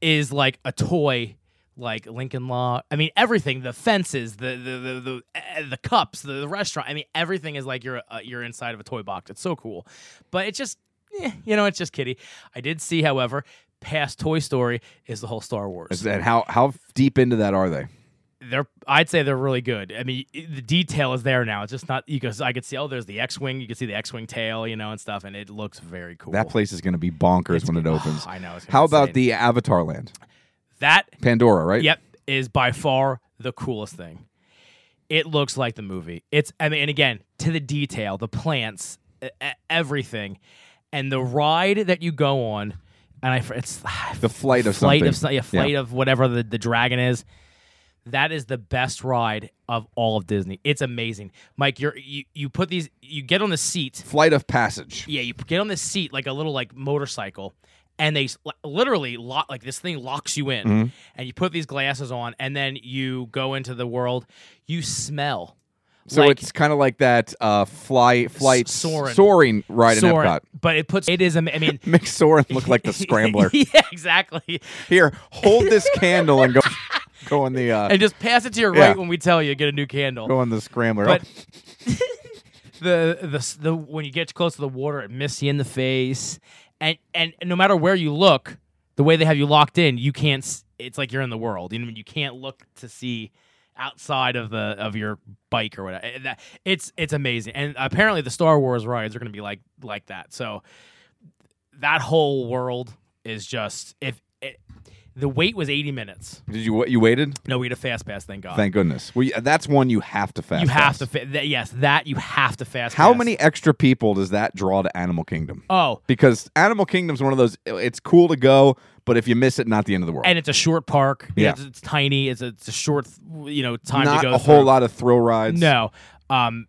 [SPEAKER 2] is like a toy, like Lincoln Law. I mean, everything the fences, the the the the, eh, the cups, the, the restaurant. I mean, everything is like you're uh, you're inside of a toy box. It's so cool, but it's just eh, you know, it's just kitty. I did see, however, past Toy Story is the whole Star Wars.
[SPEAKER 1] And how how deep into that are they?
[SPEAKER 2] They're I'd say they're really good. I mean, i- the detail is there now. It's just not you because I could see oh, there's the X-wing. You can see the X-wing tail, you know, and stuff, and it looks very cool.
[SPEAKER 1] That place is going to be bonkers when it opens.
[SPEAKER 2] [SIGHS] I know, it's gonna
[SPEAKER 1] How
[SPEAKER 2] be
[SPEAKER 1] about
[SPEAKER 2] insane.
[SPEAKER 1] the Avatar Land,
[SPEAKER 2] that
[SPEAKER 1] Pandora? Right.
[SPEAKER 2] Yep, is by far the coolest thing. It looks like the movie. It's I mean, and again, to the detail, the plants, e- e- everything, and the ride that you go on, and I fr- it's ah,
[SPEAKER 1] The flight of
[SPEAKER 2] flight
[SPEAKER 1] something.
[SPEAKER 2] of so- yeah, flight of whatever the, the dragon is. That is the best ride of all of Disney. It's amazing, Mike. You're you, you put these you get on the seat.
[SPEAKER 1] Flight of Passage.
[SPEAKER 2] Yeah, you get on this seat like a little like motorcycle, and they s- li- literally lock like this thing locks you in,
[SPEAKER 1] Mm-hmm.
[SPEAKER 2] and you put these glasses on, and then you go into the world. You smell.
[SPEAKER 1] So
[SPEAKER 2] like,
[SPEAKER 1] it's kind of like that uh, fly flight
[SPEAKER 2] Soarin'.
[SPEAKER 1] soaring ride
[SPEAKER 2] soaring,
[SPEAKER 1] in Epcot.
[SPEAKER 2] but it puts it is. am- I mean,
[SPEAKER 1] Makes Soarin' look like [LAUGHS] the scrambler.
[SPEAKER 2] [LAUGHS] yeah, exactly.
[SPEAKER 1] Here, hold this candle and go go on the uh,
[SPEAKER 2] And just pass it to your
[SPEAKER 1] Yeah.
[SPEAKER 2] right when we tell you get a new candle.
[SPEAKER 1] go on the scrambler.
[SPEAKER 2] But-
[SPEAKER 1] Oh,
[SPEAKER 2] the the the when you get close to the water, it miss you in the face, and and no matter where you look, the way they have you locked in, you can't. s- It's like you're in the world. You know, you can't look to see outside of the of your bike or whatever. And that- It's it's amazing, and apparently the Star Wars rides are going to be like like that. So that whole world is just if it, the wait was 80 minutes.
[SPEAKER 1] Did you you waited?
[SPEAKER 2] No, we had a fast pass. Thank God.
[SPEAKER 1] Thank goodness. Well, yeah, that's one you have to fast.
[SPEAKER 2] you have
[SPEAKER 1] pass.
[SPEAKER 2] to fa- that, yes, that you have to fast.
[SPEAKER 1] How
[SPEAKER 2] pass.
[SPEAKER 1] many extra people does that draw to Animal Kingdom?
[SPEAKER 2] Oh,
[SPEAKER 1] Because Animal Kingdom's one of those. It's cool to go, but if you miss it, not the end of the world.
[SPEAKER 2] and it's a short park. You know,
[SPEAKER 1] Yeah.
[SPEAKER 2] it's, it's tiny. It's a, it's a short, you know, time
[SPEAKER 1] not
[SPEAKER 2] to go.
[SPEAKER 1] a whole
[SPEAKER 2] through.
[SPEAKER 1] lot of thrill rides.
[SPEAKER 2] No, um,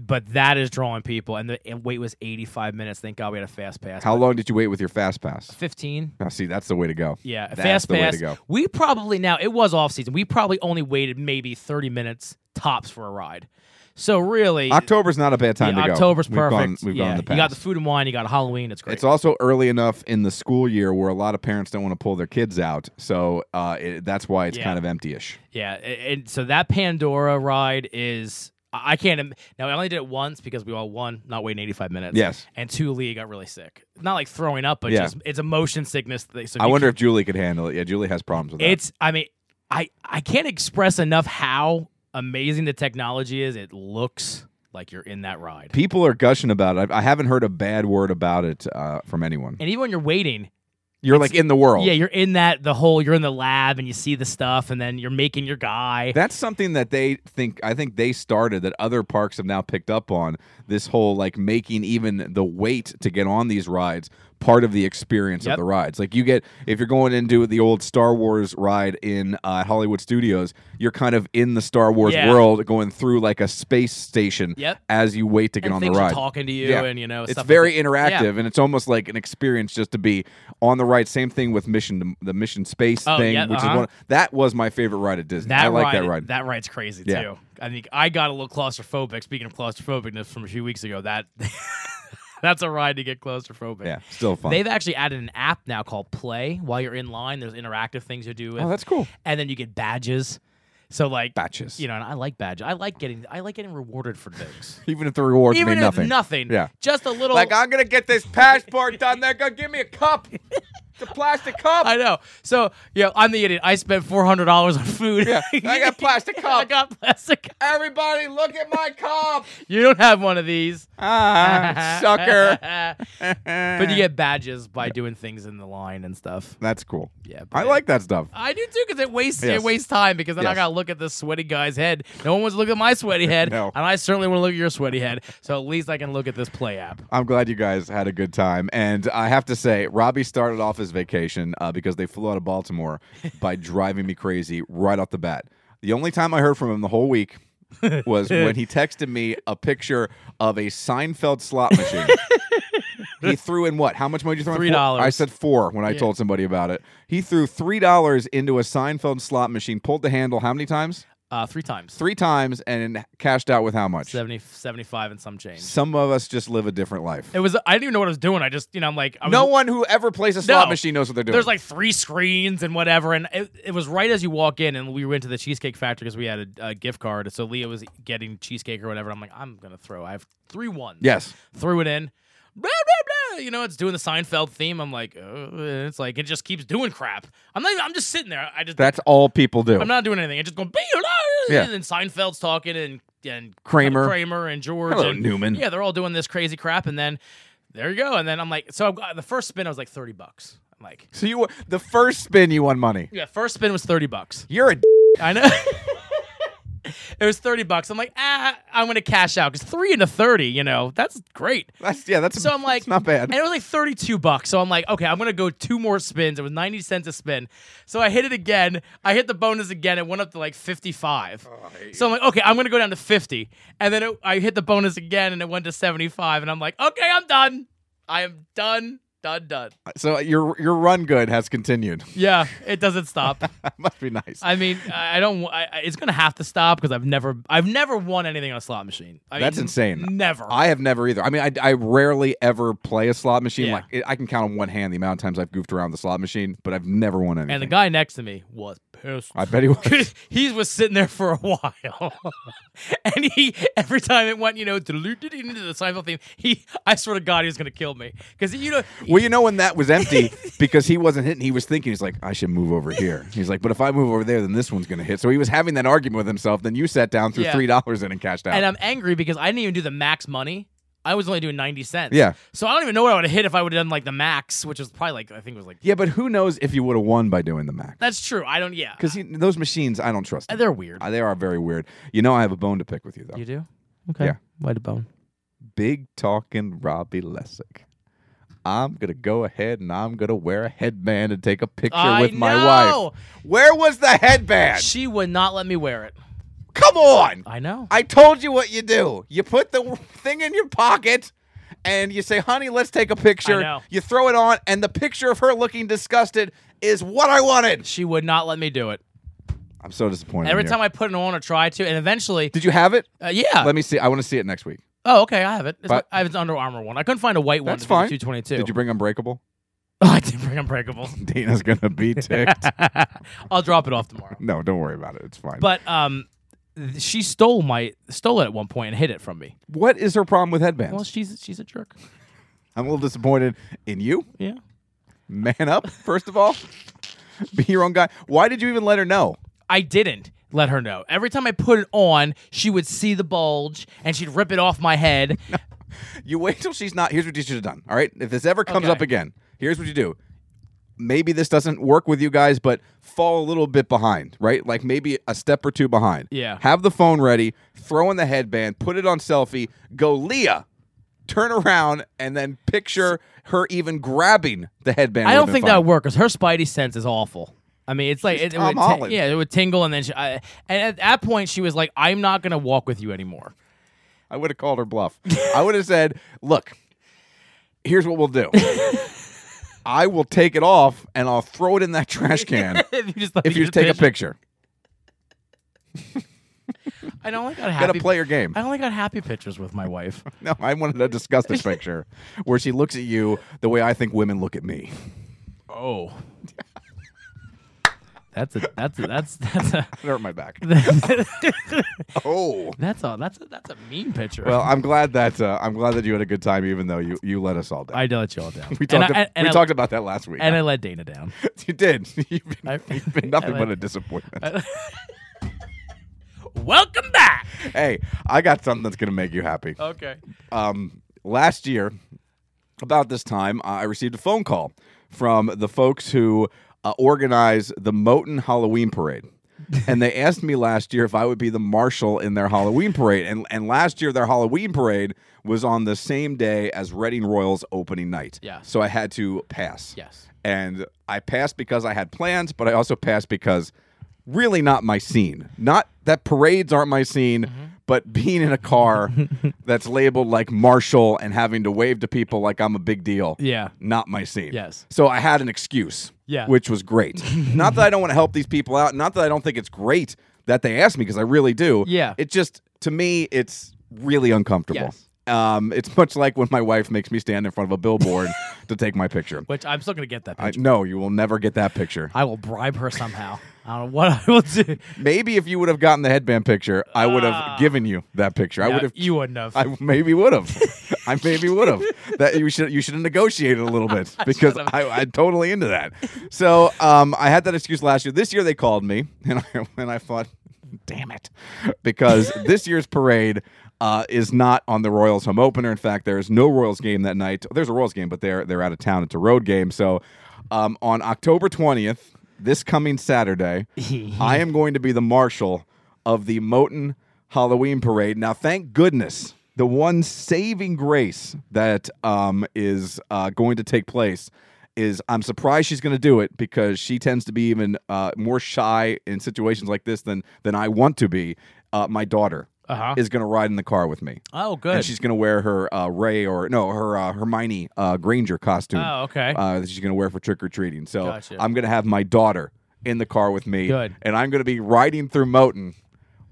[SPEAKER 2] but that is drawing people, and the and wait was eighty five minutes. Thank God we had a fast pass.
[SPEAKER 1] How long did you wait with your fast pass?
[SPEAKER 2] Fifteen.
[SPEAKER 1] Now, see, that's the way to go.
[SPEAKER 2] Yeah, a
[SPEAKER 1] that's
[SPEAKER 2] fast
[SPEAKER 1] the
[SPEAKER 2] pass.
[SPEAKER 1] way to go.
[SPEAKER 2] We probably now it was off season. We probably only waited maybe thirty minutes tops for a ride. So really,
[SPEAKER 1] October's not a bad time
[SPEAKER 2] yeah,
[SPEAKER 1] to go.
[SPEAKER 2] October's
[SPEAKER 1] We've gone-
[SPEAKER 2] perfect.
[SPEAKER 1] we've
[SPEAKER 2] yeah,
[SPEAKER 1] gone in the past.
[SPEAKER 2] you got the food and wine. You got Halloween. It's great.
[SPEAKER 1] It's also early enough in the school year where a lot of parents don't want to pull their kids out, so uh, it, that's why it's
[SPEAKER 2] Yeah.
[SPEAKER 1] kind of empty-ish.
[SPEAKER 2] Yeah, a- and so that Pandora ride is I I can't im- now. I only did it once because we all one not waiting eighty five minutes.
[SPEAKER 1] Yes.
[SPEAKER 2] and two Lee got really sick. Not like throwing up, but
[SPEAKER 1] Yeah.
[SPEAKER 2] just it's a motion sickness. Thing, so
[SPEAKER 1] I
[SPEAKER 2] you
[SPEAKER 1] wonder uh,
[SPEAKER 2] can't-
[SPEAKER 1] if Julie could handle it. Yeah, Julie has problems with that.
[SPEAKER 2] it's. I mean, I I can't express enough how amazing the technology is. It looks like you're in that ride,
[SPEAKER 1] People are gushing about it. I, I haven't heard a bad word about it uh, from anyone.
[SPEAKER 2] and even when you're waiting,
[SPEAKER 1] You're like in the world.
[SPEAKER 2] yeah, you're in that the whole. You're in the lab, and you see the stuff, and then you're making your guy.
[SPEAKER 1] That's something that they think I think they started that other parks have now picked up on this whole like making even the wait to get on these rides part of the experience
[SPEAKER 2] Yep.
[SPEAKER 1] of the rides. Like you get if you're going into the old Star Wars ride in uh, at Hollywood Studios, you're kind of in the Star Wars
[SPEAKER 2] Yeah.
[SPEAKER 1] world, going through like a space station
[SPEAKER 2] Yep.
[SPEAKER 1] as you wait to get
[SPEAKER 2] And
[SPEAKER 1] on the
[SPEAKER 2] things are
[SPEAKER 1] ride.
[SPEAKER 2] talking to you and, you know,
[SPEAKER 1] it's
[SPEAKER 2] stuff like
[SPEAKER 1] very
[SPEAKER 2] that.
[SPEAKER 1] interactive,
[SPEAKER 2] Yeah.
[SPEAKER 1] and it's almost like an experience just to be on the ride. Same thing with Mission the Mission Space
[SPEAKER 2] Oh,
[SPEAKER 1] thing,
[SPEAKER 2] yeah,
[SPEAKER 1] which
[SPEAKER 2] uh-huh.
[SPEAKER 1] is one that was my favorite ride at Disney.
[SPEAKER 2] That
[SPEAKER 1] I like
[SPEAKER 2] ride,
[SPEAKER 1] that ride.
[SPEAKER 2] ride's crazy
[SPEAKER 1] Yeah.
[SPEAKER 2] too. I think I got a little claustrophobic. Speaking of claustrophobicness from a few weeks ago, that [LAUGHS] that's a ride to get claustrophobic.
[SPEAKER 1] yeah, still fun.
[SPEAKER 2] They've actually added an app now called Play. While you're in line, there's interactive things you do. With,
[SPEAKER 1] oh, that's cool.
[SPEAKER 2] and then you get badges. So like
[SPEAKER 1] Batches.
[SPEAKER 2] you know, and I like badges. I like getting I like getting rewarded
[SPEAKER 1] [LAUGHS]
[SPEAKER 2] for things.
[SPEAKER 1] Even if the rewards
[SPEAKER 2] Even
[SPEAKER 1] mean
[SPEAKER 2] if
[SPEAKER 1] nothing.
[SPEAKER 2] nothing,
[SPEAKER 1] Yeah.
[SPEAKER 2] just a little.
[SPEAKER 1] Like I'm gonna get this passport done. They're gonna give me a cup, the plastic cup.
[SPEAKER 2] [LAUGHS] I know. So yeah, I'm the idiot. I spent four hundred dollars on food.
[SPEAKER 1] Yeah, I
[SPEAKER 2] [LAUGHS]
[SPEAKER 1] got plastic
[SPEAKER 2] I
[SPEAKER 1] cup.
[SPEAKER 2] got plastic.
[SPEAKER 1] Everybody, look at my cup.
[SPEAKER 2] You don't have one of these.
[SPEAKER 1] Ah, sucker.
[SPEAKER 2] [LAUGHS] but you get badges by doing things in the line and stuff.
[SPEAKER 1] That's cool.
[SPEAKER 2] Yeah,
[SPEAKER 1] I
[SPEAKER 2] but-
[SPEAKER 1] like that stuff.
[SPEAKER 2] I do too because it wastes
[SPEAKER 1] Yes.
[SPEAKER 2] it wastes time because then I
[SPEAKER 1] Yes.
[SPEAKER 2] gotta look at this sweaty guy's head. No one wants to look at my sweaty
[SPEAKER 1] [LAUGHS]
[SPEAKER 2] head,
[SPEAKER 1] No.
[SPEAKER 2] and I certainly want to look at your sweaty head. So at least I can look at this play app.
[SPEAKER 1] I'm glad you guys had a good time. And I have to say, Robbie started off his vacation uh, because they flew out of Baltimore by driving me crazy right off the bat. The only time I heard from him the whole week was when he texted me a picture of a Seinfeld slot machine. he threw in what? How much money did you throw in? Four-
[SPEAKER 2] $3.
[SPEAKER 1] I said four when I told somebody about it. He threw $3 into a Seinfeld slot machine, pulled the handle how many times?
[SPEAKER 2] Uh, three times,
[SPEAKER 1] Three times, and cashed out with how much?
[SPEAKER 2] 70, 75 and some change.
[SPEAKER 1] Some of us just live a different life.
[SPEAKER 2] It was I didn't even know what I was doing. I just you know I'm like I was,
[SPEAKER 1] No one who ever plays a slot
[SPEAKER 2] No.
[SPEAKER 1] machine knows what they're doing.
[SPEAKER 2] There's like three screens and whatever, and it, it was right as you walk in, and we went to the Cheesecake Factory because we had a, a gift card. So Leah was getting cheesecake or whatever. I'm like, I'm gonna throw. I have three ones.
[SPEAKER 1] yes,
[SPEAKER 2] threw it in. Blah, blah, blah. You know, it's doing the Seinfeld theme. I'm like, oh, and it's like it just keeps doing crap. I'm not. even- I'm just sitting there. I just.
[SPEAKER 1] that's all people do.
[SPEAKER 2] I'm not doing anything. I just going.
[SPEAKER 1] Yeah.
[SPEAKER 2] And then Seinfeld's talking and and
[SPEAKER 1] Kramer.
[SPEAKER 2] Kramer and George,
[SPEAKER 1] Hello,
[SPEAKER 2] and,
[SPEAKER 1] Newman.
[SPEAKER 2] Yeah, they're all doing this crazy crap, and then there you go. And then I'm like, so I've got, the first spin, I was like thirty bucks. I'm like,
[SPEAKER 1] so you the first spin you won money.
[SPEAKER 2] yeah, first spin was thirty bucks.
[SPEAKER 1] You're a d-
[SPEAKER 2] I know. [LAUGHS] it was thirty bucks. I'm like, ah, I'm gonna cash out because three into thirty, you know, that's great.
[SPEAKER 1] that's yeah. [LAUGHS] That's
[SPEAKER 2] So I'm like,
[SPEAKER 1] it's not bad.
[SPEAKER 2] And it was like 32 bucks. So I'm like, okay, I'm gonna go two more spins. It was 90 cents a spin. So I hit it again. I hit the bonus again. It went up to like 55.
[SPEAKER 1] Oh,
[SPEAKER 2] so I'm like, okay, I'm gonna go down to 50. And then it, I hit the bonus again, and it went to 75. And I'm like, okay, I'm done. I am done. Done. Done.
[SPEAKER 1] So your your run good has continued. [LAUGHS]
[SPEAKER 2] Yeah, it doesn't stop.
[SPEAKER 1] Must be nice.
[SPEAKER 2] I mean, [LAUGHS] I I don't. I, I- it's gonna have to stop because I've never, I've never won anything on a slot machine. I mean,
[SPEAKER 1] That's insane.
[SPEAKER 2] Never.
[SPEAKER 1] I have never either. I mean, I, I rarely ever play a slot machine.
[SPEAKER 2] Yeah.
[SPEAKER 1] Like it, I can count on one hand the amount of times I've goofed around the slot machine, but I've never won anything.
[SPEAKER 2] and the guy next to me was pissed.
[SPEAKER 1] I
[SPEAKER 2] [LAUGHS]
[SPEAKER 1] bet he was.
[SPEAKER 2] he was sitting there for a while, [LAUGHS] and he every time it went, you know, diluted into the Seinfeld theme. He, I swear to God, he was gonna kill me because you know,
[SPEAKER 1] Well, you know when that was empty [LAUGHS] because he wasn't hitting. He was thinking, he's like, I should move over here. He's like, but if I move over there, then this one's gonna hit. So he was having that argument with himself. Then you sat down, threw
[SPEAKER 2] Yeah.
[SPEAKER 1] three dollars in, and cashed out.
[SPEAKER 2] and um, I'm angry because I didn't even do the max money. I was only doing ninety cents.
[SPEAKER 1] Yeah.
[SPEAKER 2] So I don't even know what I would have hit if I would have done like the max, which was probably like I think it was like
[SPEAKER 1] yeah, but who knows if you would have won by doing the max?
[SPEAKER 2] that's true. I don't. Yeah.
[SPEAKER 1] Because those machines, I don't trust.
[SPEAKER 2] Uh,
[SPEAKER 1] Them.
[SPEAKER 2] they're weird.
[SPEAKER 1] Uh, They are very weird. You know, I have a bone to pick with you though.
[SPEAKER 2] you do? Okay.
[SPEAKER 1] Yeah.
[SPEAKER 2] Why the bone?
[SPEAKER 1] Big talking Robbie Lessig. I'm gonna go ahead and I'm gonna wear a headband and take a picture
[SPEAKER 2] I
[SPEAKER 1] with my
[SPEAKER 2] know!
[SPEAKER 1] wife. Where was the headband?
[SPEAKER 2] She would not let me wear it.
[SPEAKER 1] Come on!
[SPEAKER 2] I know.
[SPEAKER 1] I told you what you do. You put the thing in your pocket and you say, honey, let's take a
[SPEAKER 2] I
[SPEAKER 1] picture.
[SPEAKER 2] know.
[SPEAKER 1] You throw it on, and the picture of her looking disgusted is what I wanted.
[SPEAKER 2] she would not let me do it.
[SPEAKER 1] I'm so disappointed.
[SPEAKER 2] Every time I put it on or try to, and eventually,
[SPEAKER 1] Did you have it?
[SPEAKER 2] uh, yeah.
[SPEAKER 1] Let me see. I want to see it next week.
[SPEAKER 2] Oh, okay, I have it. It's
[SPEAKER 1] But-
[SPEAKER 2] my- I have an Under Armour one. I couldn't find a white one.
[SPEAKER 1] That's fine.
[SPEAKER 2] Two twenty two.
[SPEAKER 1] Did you bring Unbreakable?
[SPEAKER 2] Oh, [LAUGHS] I did bring Unbreakable.
[SPEAKER 1] [LAUGHS] Dana's gonna
[SPEAKER 2] [LAUGHS]
[SPEAKER 1] be ticked.
[SPEAKER 2] I'll drop it off tomorrow.
[SPEAKER 1] no, don't worry about it. It's fine.
[SPEAKER 2] But um, th- she stole my stole it at one point and hid it from me.
[SPEAKER 1] what is her problem with headbands?
[SPEAKER 2] Well, she's she's a jerk.
[SPEAKER 1] I'm a little disappointed in you.
[SPEAKER 2] Yeah.
[SPEAKER 1] Man up, first of all. be your own guy. Why did you even let her know?
[SPEAKER 2] I didn't let her know. Every time I put it on, she would see the bulge and she'd rip it off
[SPEAKER 1] [LAUGHS]
[SPEAKER 2] my head.
[SPEAKER 1] You wait till she's not. Here's what you should have done. All right. If this ever comes
[SPEAKER 2] Okay.
[SPEAKER 1] up again, here's what you do. Maybe this doesn't work with you guys, but fall a little bit behind, right? Like maybe a step or two behind.
[SPEAKER 2] Yeah.
[SPEAKER 1] Have the phone ready, throw in the headband, put it on selfie, go, Leah, turn around, and then picture her even grabbing the headband.
[SPEAKER 2] I
[SPEAKER 1] would've
[SPEAKER 2] don't
[SPEAKER 1] been
[SPEAKER 2] think
[SPEAKER 1] fine.
[SPEAKER 2] that would work because her spidey sense is awful. I mean, it's like it, it
[SPEAKER 1] Tom
[SPEAKER 2] would ti-
[SPEAKER 1] Holland.
[SPEAKER 2] yeah, it would tingle, and then she, I, and at that point she was like, "I'm not gonna walk with you anymore." [LAUGHS]
[SPEAKER 1] I would have called her bluff. I would have said, "Look, here's what we'll
[SPEAKER 2] [LAUGHS]
[SPEAKER 1] do. I will take it off and I'll throw it in that trash
[SPEAKER 2] [LAUGHS]
[SPEAKER 1] can
[SPEAKER 2] if you just, let
[SPEAKER 1] if
[SPEAKER 2] me
[SPEAKER 1] you just
[SPEAKER 2] get
[SPEAKER 1] take a picture.
[SPEAKER 2] I don't like on
[SPEAKER 1] Got
[SPEAKER 2] happy.
[SPEAKER 1] to play your game."
[SPEAKER 2] [LAUGHS] I only got happy pictures with my wife.
[SPEAKER 1] No, I wanted a disgusting picture where she looks at you the way I think women look at
[SPEAKER 2] [LAUGHS]
[SPEAKER 1] me.
[SPEAKER 2] Oh, that's a that's a, that's that's a [LAUGHS]
[SPEAKER 1] It hurt my back. [LAUGHS] oh.
[SPEAKER 2] that's a that's a that's a mean picture.
[SPEAKER 1] Well, I'm glad that uh, I'm glad that you had a good time, even though you, you let us all down.
[SPEAKER 2] I did let y'all down.
[SPEAKER 1] we
[SPEAKER 2] and
[SPEAKER 1] talked.
[SPEAKER 2] I,
[SPEAKER 1] ab-
[SPEAKER 2] and
[SPEAKER 1] we
[SPEAKER 2] I-
[SPEAKER 1] talked about that last week.
[SPEAKER 2] and I let Dana down.
[SPEAKER 1] [LAUGHS] you did. [LAUGHS] You've been,
[SPEAKER 2] I-
[SPEAKER 1] you've
[SPEAKER 2] [LAUGHS]
[SPEAKER 1] been
[SPEAKER 2] I
[SPEAKER 1] nothing
[SPEAKER 2] let-
[SPEAKER 1] but a disappointment.
[SPEAKER 2] [LAUGHS] Welcome back.
[SPEAKER 1] hey, I got something that's gonna make you happy.
[SPEAKER 2] Okay.
[SPEAKER 1] um, last year, about this time, I received a phone call from the folks who uh, organize the Moton Halloween Parade. and they asked me last year if I would be the marshal in their Halloween parade. And, and last year, their Halloween parade was on the same day as Reading Royals opening night.
[SPEAKER 2] Yeah.
[SPEAKER 1] So I had to pass.
[SPEAKER 2] Yes.
[SPEAKER 1] And I passed because I had plans, but I also passed because really not my scene. Not that parades aren't my scene,
[SPEAKER 2] Mm-hmm.
[SPEAKER 1] but being in a
[SPEAKER 2] [LAUGHS]
[SPEAKER 1] car that's labeled like Marshall and having to wave to people like I'm a big deal.
[SPEAKER 2] Yeah.
[SPEAKER 1] Not my scene.
[SPEAKER 2] Yes.
[SPEAKER 1] So I had an excuse.
[SPEAKER 2] Yeah.
[SPEAKER 1] Which was
[SPEAKER 2] [LAUGHS]
[SPEAKER 1] great. not that I don't want to help these people out. Not that I don't think it's great that they asked me because I really do.
[SPEAKER 2] Yeah.
[SPEAKER 1] It just to me it's really uncomfortable.
[SPEAKER 2] Yes.
[SPEAKER 1] Um, it's much like when my wife makes me stand in front of a
[SPEAKER 2] [LAUGHS]
[SPEAKER 1] billboard to take my picture.
[SPEAKER 2] Which I'm still gonna get that
[SPEAKER 1] I,
[SPEAKER 2] picture.
[SPEAKER 1] no, you will never get that picture.
[SPEAKER 2] I will bribe her somehow. I don't know what I will do.
[SPEAKER 1] Maybe if you would have gotten the headband picture, I would
[SPEAKER 2] Ah.
[SPEAKER 1] have given you that picture. I
[SPEAKER 2] No,
[SPEAKER 1] would have.
[SPEAKER 2] You wouldn't have.
[SPEAKER 1] I maybe would have. I maybe would have. That you should you should have negotiated a
[SPEAKER 2] [LAUGHS]
[SPEAKER 1] little bit because
[SPEAKER 2] should've.
[SPEAKER 1] I, I'm totally into that. So um, I had that excuse last year. This year they called me [LAUGHS] and I and I thought, damn it, because this year's parade. Uh, is not on the Royals home opener. In fact, there is no Royals game that night. There's a Royals game, but they're they're out of town. It's a road game. So um, on October 20th, this coming
[SPEAKER 2] [LAUGHS]
[SPEAKER 1] Saturday, I am going to be the marshal of the Moton Halloween Parade. Now, thank goodness, the one saving grace that um, is uh, going to take place is I'm surprised she's going to do it because she tends to be even uh, more shy in situations like this than than I want to be. Uh, my daughter
[SPEAKER 2] Uh-huh.
[SPEAKER 1] is going to ride in the car with me.
[SPEAKER 2] oh, good.
[SPEAKER 1] And she's gonna wear her uh, Ray or no her uh, Hermione uh, Granger costume.
[SPEAKER 2] Oh, okay.
[SPEAKER 1] Uh, that she's gonna wear for trick or treating. So
[SPEAKER 2] Gotcha.
[SPEAKER 1] I'm gonna have my daughter in the car with me,
[SPEAKER 2] Good.
[SPEAKER 1] and I'm gonna be riding through Moton,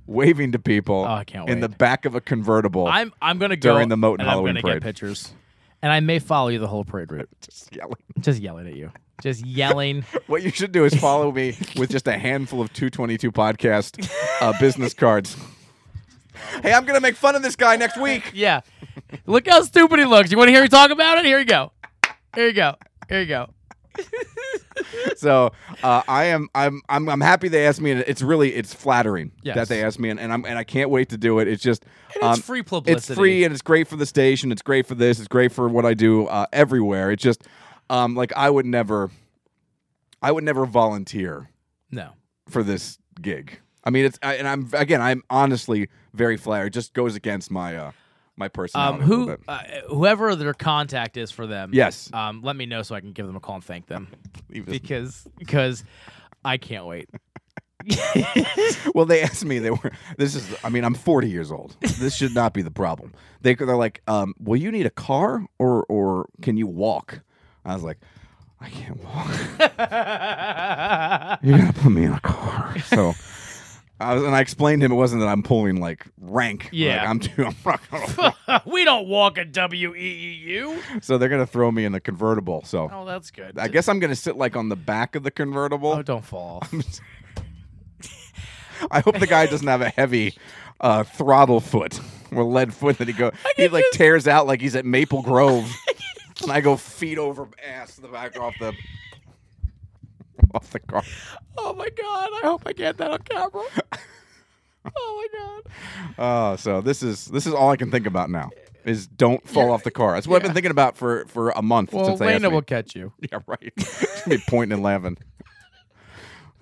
[SPEAKER 1] waving to people
[SPEAKER 2] Oh, I can't
[SPEAKER 1] in the
[SPEAKER 2] wait.
[SPEAKER 1] back of a convertible.
[SPEAKER 2] I'm I'm gonna go
[SPEAKER 1] During the Moton
[SPEAKER 2] and
[SPEAKER 1] Halloween
[SPEAKER 2] I'm gonna
[SPEAKER 1] parade.
[SPEAKER 2] get pictures, and I may follow you the whole parade route,
[SPEAKER 1] just yelling.
[SPEAKER 2] just yelling at you, just
[SPEAKER 1] [LAUGHS]
[SPEAKER 2] yelling.
[SPEAKER 1] What you should do is follow me with just a handful of 222 podcast uh, business cards. Hey, I'm gonna make fun of this guy next week.
[SPEAKER 2] yeah, look how stupid he looks. You want to hear me talk about it? Here you go. Here you go. Here you go.
[SPEAKER 1] so uh, I am I'm, I'm I'm happy they asked me, and it's really it's flattering
[SPEAKER 2] Yes.
[SPEAKER 1] that they asked me, and, and I'm and I can't wait to do it. It's just
[SPEAKER 2] it's free publicity.
[SPEAKER 1] It's free, and it's great for the station. It's great for this. It's great for what I do uh, everywhere. It's just um, like I would never, I would never volunteer
[SPEAKER 2] No.
[SPEAKER 1] for this gig. I mean, it's I, and I'm again I'm honestly very flattered. It just goes against my uh, my
[SPEAKER 2] Um,
[SPEAKER 1] personality. a
[SPEAKER 2] who,
[SPEAKER 1] little bit.
[SPEAKER 2] uh, whoever their contact is for them.
[SPEAKER 1] Yes.
[SPEAKER 2] Um, let me know so I can give them a call and thank [LAUGHS] them
[SPEAKER 1] Leave this-
[SPEAKER 2] because because I can't [LAUGHS] wait.
[SPEAKER 1] Well, they asked me. They were. This is. I mean, I'm 40 years old. This should not be the problem. They they're like, um, well, you need a car or or can you walk? I was like, I can't walk. [LAUGHS] You're gonna put me in a car. So. I was, and I explained to him it wasn't that I'm pulling like rank. Like,
[SPEAKER 2] Yeah.
[SPEAKER 1] I'm too. I'm not gonna [LAUGHS] walk.
[SPEAKER 2] we don't walk E at WEEU.
[SPEAKER 1] so they're gonna throw me in the convertible. So
[SPEAKER 2] Oh, that's good.
[SPEAKER 1] I guess I'm gonna sit like on the back of the convertible.
[SPEAKER 2] Oh, don't fall.
[SPEAKER 1] I hope the guy doesn't have a heavy uh, throttle foot or lead foot that he go. He like tears out like he's at Maple
[SPEAKER 2] [LAUGHS]
[SPEAKER 1] Grove, and I go feet over ass to the back off the [LAUGHS] off the car.
[SPEAKER 2] [LAUGHS] oh my god! I hope I get that on [LAUGHS] camera. oh my god!
[SPEAKER 1] Uh, so this is this is all I can think about now is don't fall off the car. That's what I've been thinking about for for a month
[SPEAKER 2] Well,
[SPEAKER 1] since I asked
[SPEAKER 2] Lena
[SPEAKER 1] me.
[SPEAKER 2] will catch [LAUGHS] you.
[SPEAKER 1] [LAUGHS] Yeah, right. She's gonna be pointing and laughing.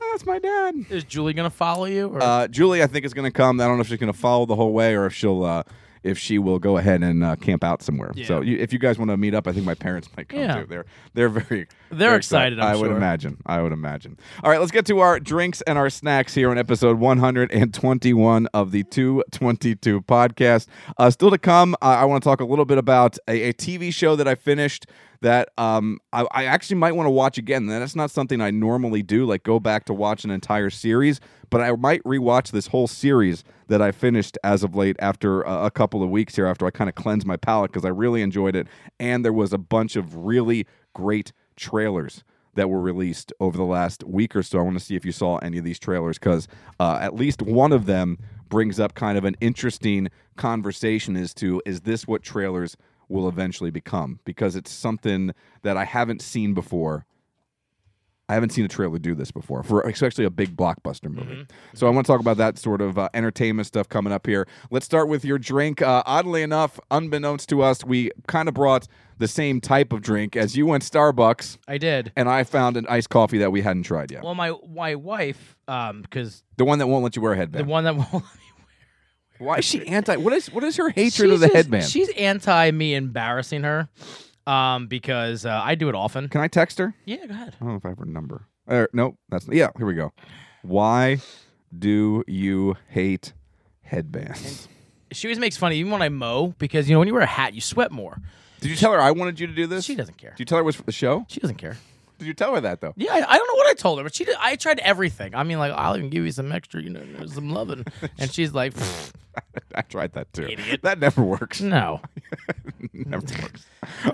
[SPEAKER 1] Oh, [LAUGHS] that's my dad.
[SPEAKER 2] Is Julie gonna follow you? Or?
[SPEAKER 1] Uh, Julie, I think is going to come. I don't know if she's going to follow the whole way or if she'll uh, if she will go ahead and uh, camp out somewhere. So you, if you guys want to meet up, I think my parents might come
[SPEAKER 2] Yeah.
[SPEAKER 1] too. They're they're very
[SPEAKER 2] They're
[SPEAKER 1] very
[SPEAKER 2] excited, I'm
[SPEAKER 1] I would
[SPEAKER 2] sure.
[SPEAKER 1] imagine. I would imagine. All right, let's get to our drinks and our snacks here on episode 121 of the 222 podcast. Uh, still to come, I, I want to talk a little bit about a, a TV show that I finished that um, I, I actually might want to watch again. That's not something I normally do, like go back to watch an entire series, but I might rewatch this whole series that I finished as of late after uh, a couple of weeks here, after I kind of cleansed my palate because I really enjoyed it. And there was a bunch of really great trailers that were released over the last week or so. I want to see if you saw any of these trailers because uh, at least one of them brings up kind of an interesting conversation as to is this what trailers will eventually become? Because it's something that I haven't seen before. I haven't seen a trailer do this before for especially a big blockbuster movie. So I want to talk about that sort of uh, entertainment stuff coming up here. Let's start with your drink. Uh, oddly enough, unbeknownst to us, we kind of brought the same type of drink as you went Starbucks
[SPEAKER 2] I did.
[SPEAKER 1] and I found an iced coffee that we hadn't tried yet.
[SPEAKER 2] Well, my my wife, um, because
[SPEAKER 1] the one that won't let you wear a headband.
[SPEAKER 2] the one that won't.
[SPEAKER 1] Why is she anti? What is what is her hatred
[SPEAKER 2] She's
[SPEAKER 1] of the
[SPEAKER 2] just-
[SPEAKER 1] headband?
[SPEAKER 2] She's anti me embarrassing her, um, because uh, I do it often.
[SPEAKER 1] Can I text her?
[SPEAKER 2] Yeah, go ahead.
[SPEAKER 1] I don't know if I have her number. Uh, nope, that's yeah. Here we go. Why do you hate
[SPEAKER 2] [LAUGHS]
[SPEAKER 1] headbands?
[SPEAKER 2] She always makes fun of you, even when I mow because you know when you wear a hat you sweat more.
[SPEAKER 1] Did you tell her I wanted you to do this?
[SPEAKER 2] She doesn't care.
[SPEAKER 1] Did you tell her it was for the show?
[SPEAKER 2] She doesn't care.
[SPEAKER 1] Did you tell her that though? [LAUGHS]
[SPEAKER 2] Yeah, I, I don't know what I told her, but she did. I tried everything. I mean, like I'll even give you some extra, you know, some
[SPEAKER 1] [LAUGHS]
[SPEAKER 2] loving, and she's like, "Pfft,
[SPEAKER 1] I tried that too.
[SPEAKER 2] Idiot.
[SPEAKER 1] That never works. [LAUGHS]
[SPEAKER 2] no. [LAUGHS]
[SPEAKER 1] never works.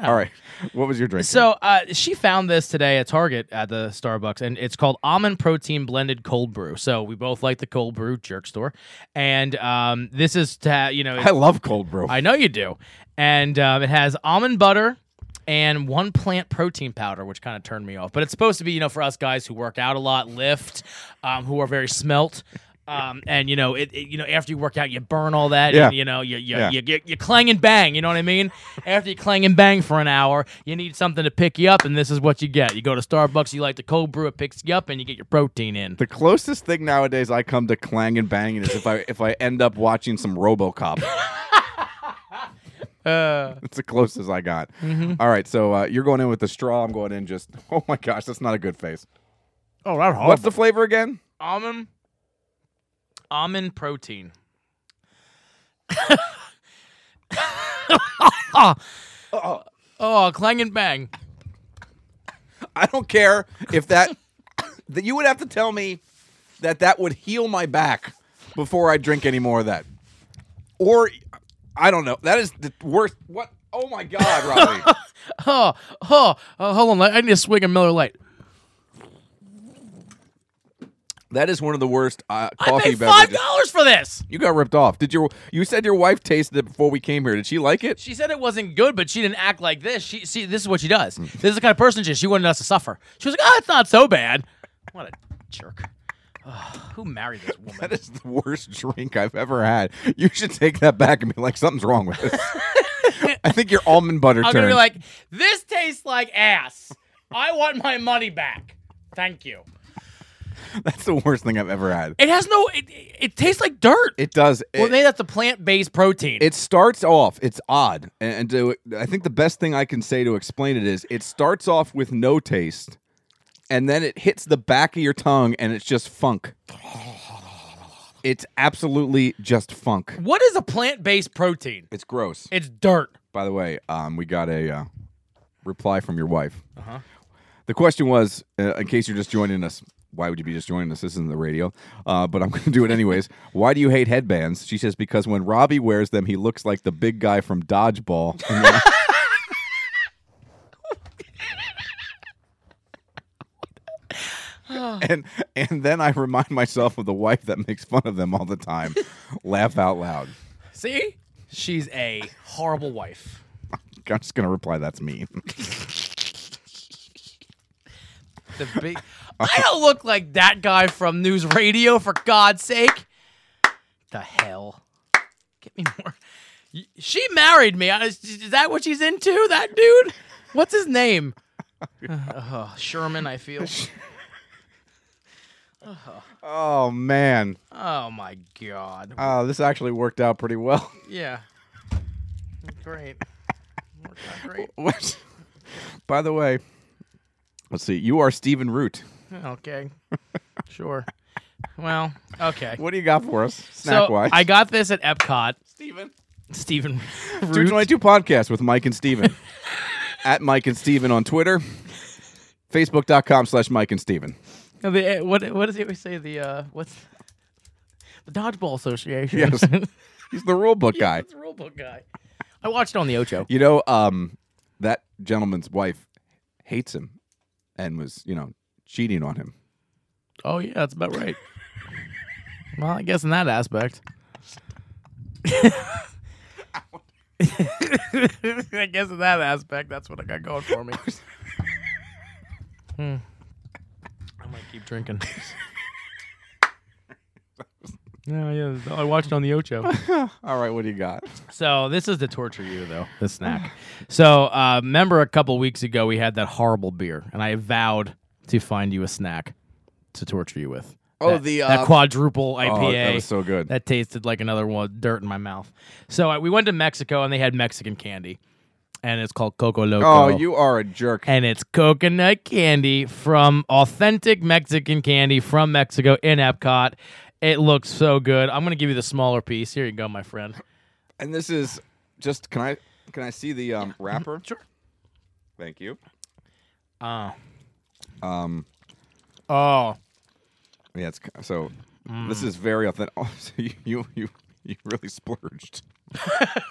[SPEAKER 1] All right. What was your drink?
[SPEAKER 2] So uh, she found this today at Target at the Starbucks, and it's called Almond Protein Blended Cold Brew. So we both like the cold brew jerk store, and um, this is to ha- you know
[SPEAKER 1] I love cold brew.
[SPEAKER 2] I know you do. And um, it has almond butter and one plant protein powder, which kind of turned me off. But it's supposed to be, you know, for us guys who work out a lot, lift, um, who are very smelt. Um, and you know, it, it- you know, after you work out, you burn all that,
[SPEAKER 1] Yeah.
[SPEAKER 2] and you know, you you,
[SPEAKER 1] Yeah.
[SPEAKER 2] you you you clang and bang. You know what I mean? after you clang and bang for an hour, you need something to pick you up, and this is what you get. You go to Starbucks, you like the cold brew, it picks you up, and you get your protein in.
[SPEAKER 1] The closest thing nowadays I come to clang and banging is if I if I end up watching some RoboCop.
[SPEAKER 2] Uh.
[SPEAKER 1] It's the closest I got.
[SPEAKER 2] Mm-hmm.
[SPEAKER 1] All right, so uh, you're going in with the straw. I'm going in just. [LAUGHS] Oh my gosh, that's not a good face.
[SPEAKER 2] oh, that's hard.
[SPEAKER 1] What's the flavor again?
[SPEAKER 2] almond almond protein. [LAUGHS] oh, clang and bang.
[SPEAKER 1] I don't care if
[SPEAKER 2] [LAUGHS]
[SPEAKER 1] that. that you would have to tell me that that would heal my back before I drink any more of that. Or I don't know. That is the worst. What? Oh my god,
[SPEAKER 2] [LAUGHS]
[SPEAKER 1] Robbie.
[SPEAKER 2] Oh, oh, oh, hold on. like, I need a swig of Miller Lite.
[SPEAKER 1] that is one of the worst uh,
[SPEAKER 2] I
[SPEAKER 1] coffee
[SPEAKER 2] paid five
[SPEAKER 1] beverages.
[SPEAKER 2] dollars for this.
[SPEAKER 1] You got ripped off. Did your you said your wife tasted it before we came here? Did she like it?
[SPEAKER 2] She said it wasn't good, but she didn't act like this. She see, this is what she does. This is the kind of person she is. She wanted us to suffer. She was like, "Oh, it's not so bad." What a jerk! Ugh, who married this woman?
[SPEAKER 1] [LAUGHS] That is the worst drink I've ever had. You should take that back and be like, something's wrong with
[SPEAKER 2] [LAUGHS]
[SPEAKER 1] this. I think your almond butter
[SPEAKER 2] I'm
[SPEAKER 1] turned.
[SPEAKER 2] gonna be like, this tastes like ass. I want my money back. Thank you.
[SPEAKER 1] That's the worst thing I've ever had.
[SPEAKER 2] It has no. It, it tastes like dirt.
[SPEAKER 1] It does.
[SPEAKER 2] well,
[SPEAKER 1] it,
[SPEAKER 2] maybe that's a plant-based protein.
[SPEAKER 1] it starts off. It's odd, and, and to, I think the best thing I can say to explain it is it starts off with no taste, and then it hits the back of your tongue, and it's just funk. It's absolutely just funk.
[SPEAKER 2] what is a plant-based protein?
[SPEAKER 1] It's gross.
[SPEAKER 2] It's dirt.
[SPEAKER 1] By the way, um, we got a uh, reply from your wife. The question was, uh, in case you're just joining us, why would you be just joining us? This isn't the radio, uh, but I'm [LAUGHS] going to do it anyways. why do you hate headbands? She says because when Robbie wears them, he looks like the big guy from Dodgeball. [LAUGHS] And when I- And and then I remind myself of the wife that makes fun of them all the time. Laugh out loud.
[SPEAKER 2] See, she's a horrible wife.
[SPEAKER 1] I'm just gonna reply that's me. [LAUGHS] [LAUGHS]
[SPEAKER 2] The big. I don't look like that guy from News Radio, for God's sake. The hell. Get me more. Y- She married me. I- Is is that what she's into? That dude. What's
[SPEAKER 1] [LAUGHS]
[SPEAKER 2] his name? Uh, Sherman, I feel.
[SPEAKER 1] Oh man.
[SPEAKER 2] Oh my God.
[SPEAKER 1] Oh,
[SPEAKER 2] Oh,
[SPEAKER 1] Uh, this actually worked out pretty well. [LAUGHS]
[SPEAKER 2] Yeah. Great. Worked out great.
[SPEAKER 1] What? By the way, let's see. You are Stephen Root. [LAUGHS]
[SPEAKER 2] Okay. Sure. Well, okay.
[SPEAKER 1] What do you got for us, snack
[SPEAKER 2] So
[SPEAKER 1] wise?
[SPEAKER 2] I got this at Epcot.
[SPEAKER 1] Stephen. [LAUGHS]
[SPEAKER 2] Stephen
[SPEAKER 1] Two
[SPEAKER 2] Root.
[SPEAKER 1] twenty two podcast with Mike and [LAUGHS] Steven. At Mike and Steven on Twitter. Facebook.com slash Mike and Steven.
[SPEAKER 2] No, the, uh, what what does he always say? The uh, what's [LAUGHS] the dodgeball association? [LAUGHS]
[SPEAKER 1] Yes. He's the rule book guy.
[SPEAKER 2] It's a rule book guy. I watched it on the Ocho.
[SPEAKER 1] You know, um, that gentleman's wife hates him and was, you know, cheating on him.
[SPEAKER 2] Oh yeah, that's about right. well, I guess in that aspect. [LAUGHS] I guess in that aspect, that's what I got going for me. Hmm. I might keep drinking. No, yeah, I watched it on the Ocho.
[SPEAKER 1] All right, what do you got?
[SPEAKER 2] So this is to torture you though. The snack. so uh, remember a couple weeks ago we had that horrible beer, and I vowed to find you a snack to torture you with.
[SPEAKER 1] Oh,
[SPEAKER 2] That-
[SPEAKER 1] the,
[SPEAKER 2] that
[SPEAKER 1] uh,
[SPEAKER 2] quadruple IPA.
[SPEAKER 1] Oh, that was so good.
[SPEAKER 2] That tasted like another one with dirt in my mouth. So uh, we went to Mexico and they had Mexican candy, and it's called Coco Loco.
[SPEAKER 1] oh, you are a jerk.
[SPEAKER 2] And it's coconut candy from authentic Mexican candy from Mexico in Epcot. It looks so good. I'm gonna give you the smaller piece. Here you go, my friend.
[SPEAKER 1] And this is just can I can I see the um, wrapper?
[SPEAKER 2] Mm-hmm. Sure.
[SPEAKER 1] Thank you.
[SPEAKER 2] Oh.
[SPEAKER 1] Um,
[SPEAKER 2] Oh.
[SPEAKER 1] yeah, it's ki- so
[SPEAKER 2] Mm.
[SPEAKER 1] this is very authentic. [LAUGHS] Oh, so you you you, you really splurged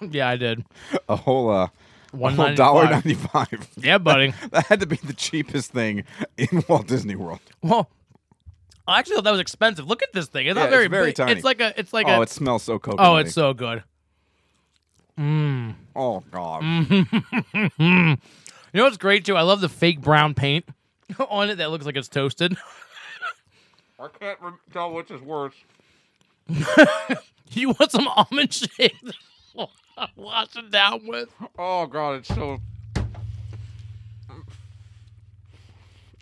[SPEAKER 2] Yeah, I did.
[SPEAKER 1] a whole uh a
[SPEAKER 2] One
[SPEAKER 1] whole dollar ninety five.
[SPEAKER 2] Yeah, buddy.
[SPEAKER 1] [LAUGHS] That had to be the cheapest thing in [LAUGHS] Walt Disney World.
[SPEAKER 2] well, I actually thought that was expensive. Look at this thing. It's
[SPEAKER 1] Yeah,
[SPEAKER 2] not very
[SPEAKER 1] it's very
[SPEAKER 2] big.
[SPEAKER 1] tiny.
[SPEAKER 2] It's like a. It's like
[SPEAKER 1] oh,
[SPEAKER 2] a.
[SPEAKER 1] it smells so coconut.
[SPEAKER 2] oh, it's so good.
[SPEAKER 1] oh god.
[SPEAKER 2] Mm. You know what's great too? I love the fake brown paint [LAUGHS] on it that looks like it's toasted. [LAUGHS]
[SPEAKER 1] I can't rem- tell which is worse.
[SPEAKER 2] you want some almond [LAUGHS] shake? to Wash it down with.
[SPEAKER 1] Oh god, it's so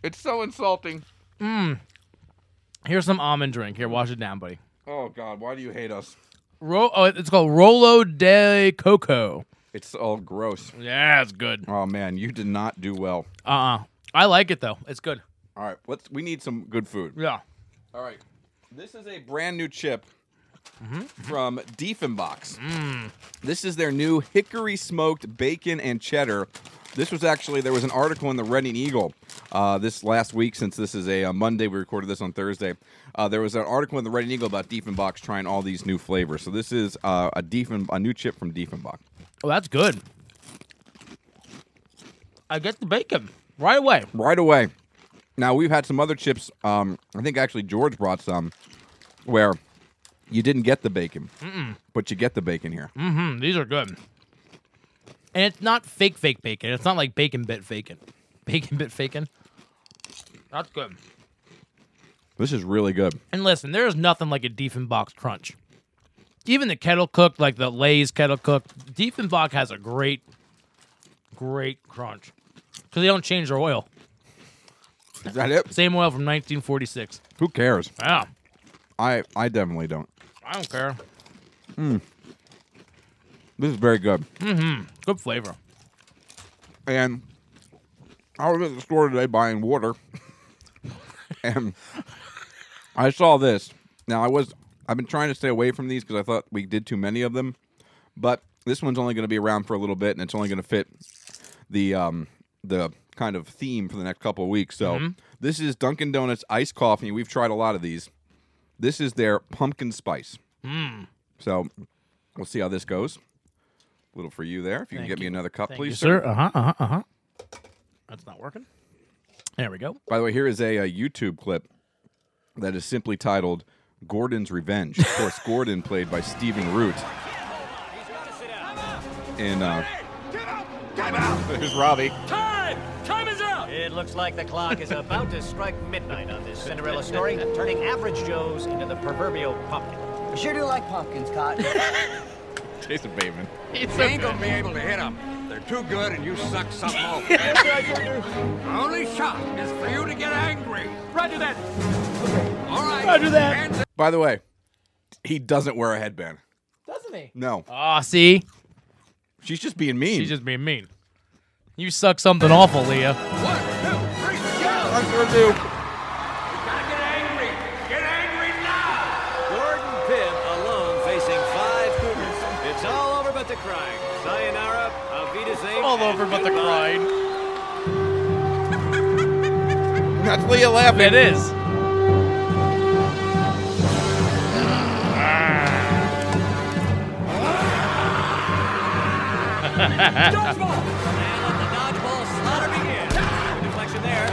[SPEAKER 1] it's so insulting.
[SPEAKER 2] Here's some almond drink. Here, wash it down, buddy.
[SPEAKER 1] Oh god, why do you hate us?
[SPEAKER 2] Ro- oh, it's called Rolo de Coco.
[SPEAKER 1] It's all gross.
[SPEAKER 2] Yeah, it's good.
[SPEAKER 1] Oh man, you did not do well.
[SPEAKER 2] Uh uh I like it though. It's good.
[SPEAKER 1] All right, let's. We need some good food.
[SPEAKER 2] Yeah.
[SPEAKER 1] All right, this is a brand new chip from Diefenbach's. This is their new hickory smoked bacon and cheddar. This was actually there was an article in the Reading Eagle uh, this last week. Since this is a, uh Monday, we recorded this on Thursday. Uh, there was an article in the Reading Eagle about Diefenbach's trying all these new flavors. So this is uh, a Diefen a new chip from Diefenbach.
[SPEAKER 2] Oh, that's good. I get the bacon right away.
[SPEAKER 1] right away. Now we've had some other chips. Um, I think actually George brought some where you didn't get the bacon, but you get the bacon here.
[SPEAKER 2] Mm, these are good. And it's not fake, fake bacon. It's not like bacon bit faking. Bacon bit faking. That's good.
[SPEAKER 1] This is really good.
[SPEAKER 2] And listen, there is nothing like a Diefenbach crunch. Even the kettle cooked, like the Lay's kettle cooked, Diefenbach has a great, great crunch. Because they don't change their oil.
[SPEAKER 1] Is that it?
[SPEAKER 2] Same oil from 1946.
[SPEAKER 1] Who cares?
[SPEAKER 2] Yeah,
[SPEAKER 1] I I definitely don't.
[SPEAKER 2] I don't care.
[SPEAKER 1] This is very good.
[SPEAKER 2] Good flavor.
[SPEAKER 1] And I was at the store today buying water, and I saw this. Now I was I've been trying to stay away from these because I thought we did too many of them, but this one's only going to be around for a little bit, and it's only going to fit the um the kind of theme for the next couple of weeks. So
[SPEAKER 2] Mm-hmm.
[SPEAKER 1] this is Dunkin' Donuts iced coffee. We've tried a lot of these. This is their pumpkin spice.
[SPEAKER 2] Mm.
[SPEAKER 1] So we'll see how this goes. A little for you there. If you can
[SPEAKER 2] Thank
[SPEAKER 1] get me
[SPEAKER 2] you.
[SPEAKER 1] another cup,
[SPEAKER 2] Thank
[SPEAKER 1] please,
[SPEAKER 2] you, sir. Uh huh. Uh huh. Uh huh. That's not working. There we go.
[SPEAKER 1] By the way, here is a, uh YouTube clip that is simply titled "Gordon's Revenge." Of course, Gordon played by Stephen Root. In uh, there's Robbie.
[SPEAKER 7] It looks like the clock is about to strike midnight on this Cinderella story, turning average Joes into the proverbial pumpkin.
[SPEAKER 8] I sure do like pumpkins, Cotton.
[SPEAKER 1] Jason Bateman.
[SPEAKER 2] It's a
[SPEAKER 9] gonna be able to hit them. They're too good, and you suck something off. Only shot is for you to get angry.
[SPEAKER 7] Roger that.
[SPEAKER 9] All right. Roger that.
[SPEAKER 1] By the way, he doesn't wear a headband.
[SPEAKER 2] doesn't he?
[SPEAKER 1] No,
[SPEAKER 2] Ah, see,
[SPEAKER 1] She's just being mean.
[SPEAKER 2] She's just being mean. You suck something awful, Leah.
[SPEAKER 9] One, two, three, go!
[SPEAKER 1] I sure do.
[SPEAKER 9] Gotta get angry. Get angry now.
[SPEAKER 7] Gordon Pibb alone facing five cougars. It's all over but the crying. Sayonara, Avidazane.
[SPEAKER 2] All over but the crying.
[SPEAKER 1] That's Leah laughing.
[SPEAKER 2] It is.
[SPEAKER 7] Dodgeball! And let the dodgeball slaughter begin. Good deflection there.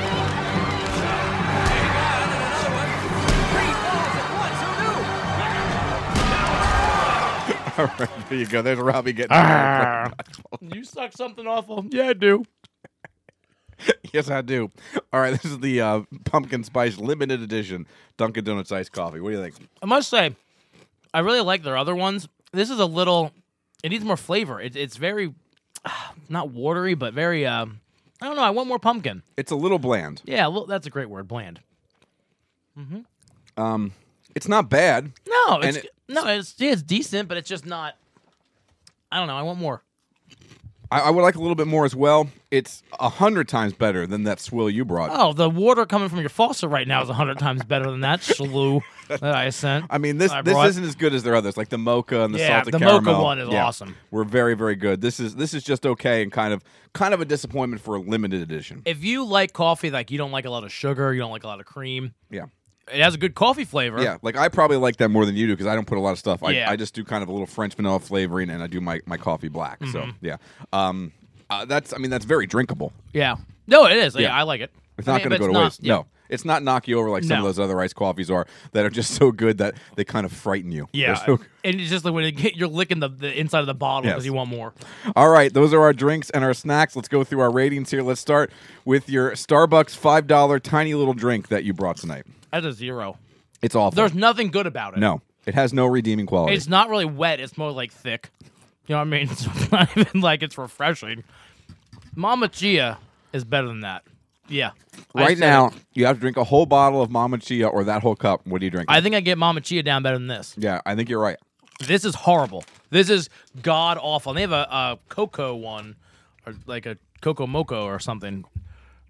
[SPEAKER 7] Hang on, and another one. Three balls
[SPEAKER 1] [LAUGHS]
[SPEAKER 7] at once, who knew?
[SPEAKER 1] All right, there you go. There's Robbie getting.
[SPEAKER 2] You suck something awful. Yeah, I do.
[SPEAKER 1] [LAUGHS] yes, I do. All right, [LAUGHS] this is the uh, pumpkin spice limited edition Dunkin' Donuts iced coffee. What do you think?
[SPEAKER 2] I must say, I really like their other ones. This is a little. It needs more flavor. It, it's very, [SIGHS] not watery, but very. Um, I don't know. I want more pumpkin.
[SPEAKER 1] It's a little bland.
[SPEAKER 2] Yeah, well, that's a great word. Bland.
[SPEAKER 1] It's not bad.
[SPEAKER 2] No, it's
[SPEAKER 1] And it-
[SPEAKER 2] no, it's yeah, it's decent, but it's just not. I don't know. I want more.
[SPEAKER 1] I, I would like a little bit more as well. It's a hundred times better than that swill you brought.
[SPEAKER 2] Oh, the water coming from your faucet right now is hundred times better than
[SPEAKER 1] [LAUGHS]
[SPEAKER 2] that [LAUGHS] slew that I sent.
[SPEAKER 1] I mean, this
[SPEAKER 2] I
[SPEAKER 1] this
[SPEAKER 2] brought-
[SPEAKER 1] isn't as good as their others, like the mocha and the
[SPEAKER 2] Yeah,
[SPEAKER 1] salted
[SPEAKER 2] the
[SPEAKER 1] caramel.
[SPEAKER 2] mocha one is awesome.
[SPEAKER 1] We're very very good. This is this is just okay and kind of kind of a disappointment for a limited edition.
[SPEAKER 2] If you like coffee, like you don't like a lot of sugar, you don't like a lot of cream.
[SPEAKER 1] yeah.
[SPEAKER 2] It has a good coffee flavor.
[SPEAKER 1] Yeah, like I probably like that more than you do because I don't put a lot of stuff. I,
[SPEAKER 2] Yeah.
[SPEAKER 1] I just do kind of a little French vanilla flavoring, and I do my, my coffee black. So
[SPEAKER 2] Mm-hmm.
[SPEAKER 1] yeah, um, uh, that's I mean that's very drinkable.
[SPEAKER 2] Yeah. No, it is. Yeah,
[SPEAKER 1] Yeah.
[SPEAKER 2] I like it.
[SPEAKER 1] It's not
[SPEAKER 2] I mean,
[SPEAKER 1] going
[SPEAKER 2] but
[SPEAKER 1] to go
[SPEAKER 2] it's
[SPEAKER 1] to waste.
[SPEAKER 2] not- yeah.
[SPEAKER 1] No, it's not knock you over like some of
[SPEAKER 2] No.
[SPEAKER 1] those other iced coffees are that are just so good that they kind of frighten you. They're
[SPEAKER 2] Yeah.
[SPEAKER 1] so good.
[SPEAKER 2] [LAUGHS] and it's just like when it, you're licking the, the inside of the bottle because
[SPEAKER 1] Yes.
[SPEAKER 2] you want more.
[SPEAKER 1] All right, those are our drinks and our snacks. Let's go through our ratings here. Let's start with your Starbucks five dollar tiny little drink that you brought tonight.
[SPEAKER 2] That's a zero.
[SPEAKER 1] It's awful.
[SPEAKER 2] There's nothing good about it.
[SPEAKER 1] no, it has no redeeming quality.
[SPEAKER 2] It's not really wet. It's more like thick. You know what I mean? [LAUGHS] It's not even like it's refreshing. Mama Chia is better than that. Yeah. I
[SPEAKER 1] right
[SPEAKER 2] said
[SPEAKER 1] now,
[SPEAKER 2] it.
[SPEAKER 1] you have to drink a whole bottle of Mama Chia or that whole cup. What do you drink?
[SPEAKER 2] I think I get Mama Chia down better than this.
[SPEAKER 1] Yeah, I think you're right.
[SPEAKER 2] This is horrible. This is god awful. And they have a, a cocoa one, or like a cocoa moco or something.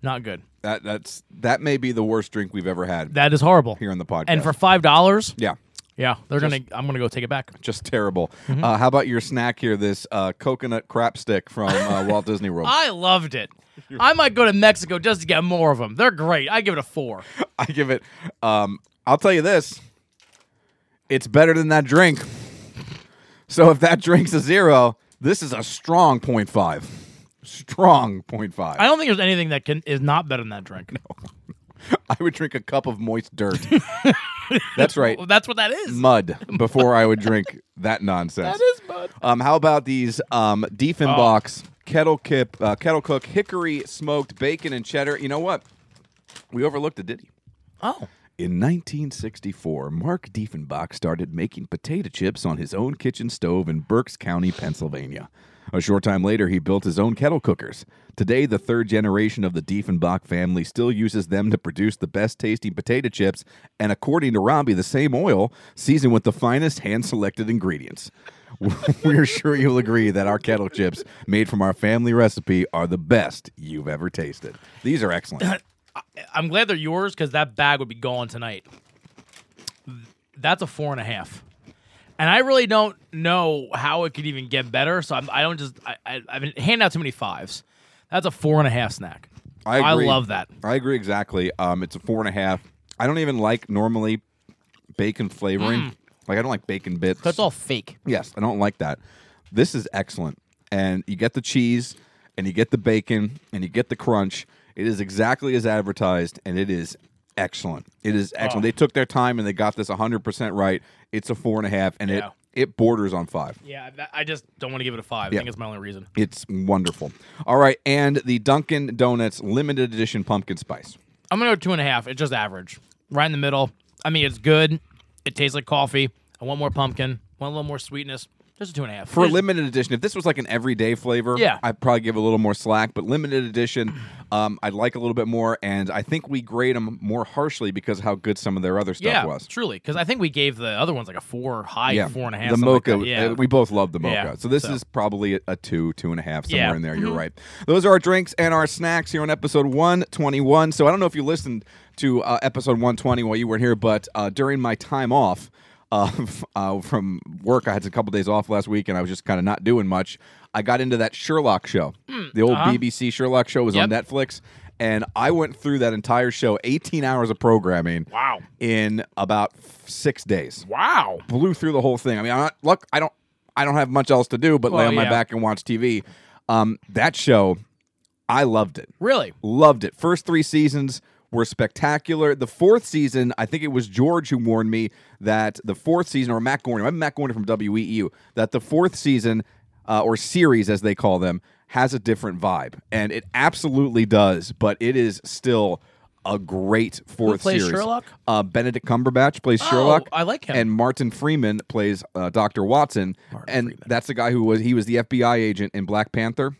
[SPEAKER 2] Not good.
[SPEAKER 1] That that's that may be the worst drink we've ever had
[SPEAKER 2] That is horrible.
[SPEAKER 1] here on the podcast.
[SPEAKER 2] and for five dollars,
[SPEAKER 1] yeah,
[SPEAKER 2] yeah, they're gonna. I'm gonna go take it back.
[SPEAKER 1] [LAUGHS] just terrible.
[SPEAKER 2] Mm-hmm.
[SPEAKER 1] Uh, how about your snack here? This uh, coconut crap stick from
[SPEAKER 2] [LAUGHS]
[SPEAKER 1] uh, Walt Disney World.
[SPEAKER 2] I loved it. I might go to Mexico just to get more of them. They're great. I give it a four.
[SPEAKER 1] I give it. Um, I'll tell you this. It's better than that drink. So if that drink's a zero, this is a strong point five. Strong point five.
[SPEAKER 2] I don't think there's anything that can is not better than that drink.
[SPEAKER 1] I would drink a cup of moist dirt.
[SPEAKER 2] [LAUGHS]
[SPEAKER 1] That's right.
[SPEAKER 2] Well, that's what that is.
[SPEAKER 1] mud before I would drink that nonsense. That is mud. Um, how about these um, Diefenbach's kettle kip, uh, kettle cook hickory smoked bacon and cheddar? You know what? We overlooked a ditty.
[SPEAKER 2] Oh,
[SPEAKER 1] In 1964, Mark Diefenbach started making potato chips on his own kitchen stove in Berks County, Pennsylvania. A short time later, he built his own kettle cookers. Today, the third generation of the Diefenbach family still uses them to produce the best tasting potato chips, and according to Robbie, the same oil, seasoned with the finest hand selected ingredients. [LAUGHS] We're sure you'll agree that our kettle chips, made from our family recipe, are the best you've ever tasted. These are excellent.
[SPEAKER 2] I'm glad they're yours because that bag would be gone tonight. That's a four and a half, and I really don't know how it could even get better. So I'm, I don't just I, I I've been handing out too many fives. That's a four and a half snack.
[SPEAKER 1] I agree.
[SPEAKER 2] love that.
[SPEAKER 1] I agree exactly. Um, it's a four and a half. I don't even like normally bacon flavoring. Like I don't like bacon bits.
[SPEAKER 2] Mm. That's all fake.
[SPEAKER 1] Yes, I don't like that. This is excellent, and you get the cheese, and you get the bacon, and you get the crunch. It is exactly as advertised, and it is excellent. It is excellent.
[SPEAKER 2] Oh.
[SPEAKER 1] They took their time and they got this 100% right. It's a four and a half, and
[SPEAKER 2] Yeah.
[SPEAKER 1] it it borders on five.
[SPEAKER 2] Yeah, that- I just don't want to give it a five.
[SPEAKER 1] Yeah.
[SPEAKER 2] I think it's my only reason.
[SPEAKER 1] It's wonderful. All right, and the Dunkin' Donuts limited edition pumpkin spice.
[SPEAKER 2] I'm gonna go two and a half. It's just average, right in the middle. I mean, it's good. It tastes like coffee. I want more pumpkin. Want a little more sweetness. Just a two and a half.
[SPEAKER 1] for a
[SPEAKER 2] There's-
[SPEAKER 1] limited edition. If this was like an everyday flavor,
[SPEAKER 2] Yeah.
[SPEAKER 1] I'd probably give a little more slack. But limited edition, um, I'd like a little bit more, and I think we grade them more harshly because of how good some of their other stuff
[SPEAKER 2] yeah,
[SPEAKER 1] was.
[SPEAKER 2] truly. Because I think we gave the other ones like a four high, four and a half.
[SPEAKER 1] The
[SPEAKER 2] something like
[SPEAKER 1] mocha,
[SPEAKER 2] that. yeah.
[SPEAKER 1] uh, we both love the mocha.
[SPEAKER 2] Yeah,
[SPEAKER 1] So this
[SPEAKER 2] so.
[SPEAKER 1] is probably a, a two, two and a half somewhere
[SPEAKER 2] Yeah. Mm-hmm.
[SPEAKER 1] in there. You're right. Those are our drinks and our snacks here on episode 121. So I don't know if you listened to uh, episode 120 while you weren't here, but uh, during my time off. Uh, uh, from work, I had a couple days off last week, and I was just kind of not doing much. I got into that Sherlock show. the old BBC Sherlock show was on
[SPEAKER 2] Mm. Uh-huh. Yep.
[SPEAKER 1] Netflix, and I went through that entire show, 18 hours of programming.
[SPEAKER 2] Wow.
[SPEAKER 1] In about six days
[SPEAKER 2] wow.
[SPEAKER 1] blew through the whole thing. I mean, I'm not, look, I don't, I don't have much else to do but lay
[SPEAKER 2] Well,
[SPEAKER 1] on my
[SPEAKER 2] yeah.
[SPEAKER 1] back and watch TV. Um, that show, I loved it,
[SPEAKER 2] Really?
[SPEAKER 1] loved it. First three seasons were spectacular. The fourth season, I think it was George who warned me that the fourth season, or Matt Gorner, I'm Matt Gorner from WEEU, that the fourth season uh, or series, as they call them, has a different vibe, and it absolutely does. But it is still. A great fourth
[SPEAKER 2] plays
[SPEAKER 1] series.
[SPEAKER 2] Sherlock? Oh,
[SPEAKER 1] Uh, Benedict Cumberbatch plays Sherlock.
[SPEAKER 2] I like him.
[SPEAKER 1] And Martin Freeman plays uh, Dr. Watson, and that's the guy who was he was the FBI agent in Black Panther,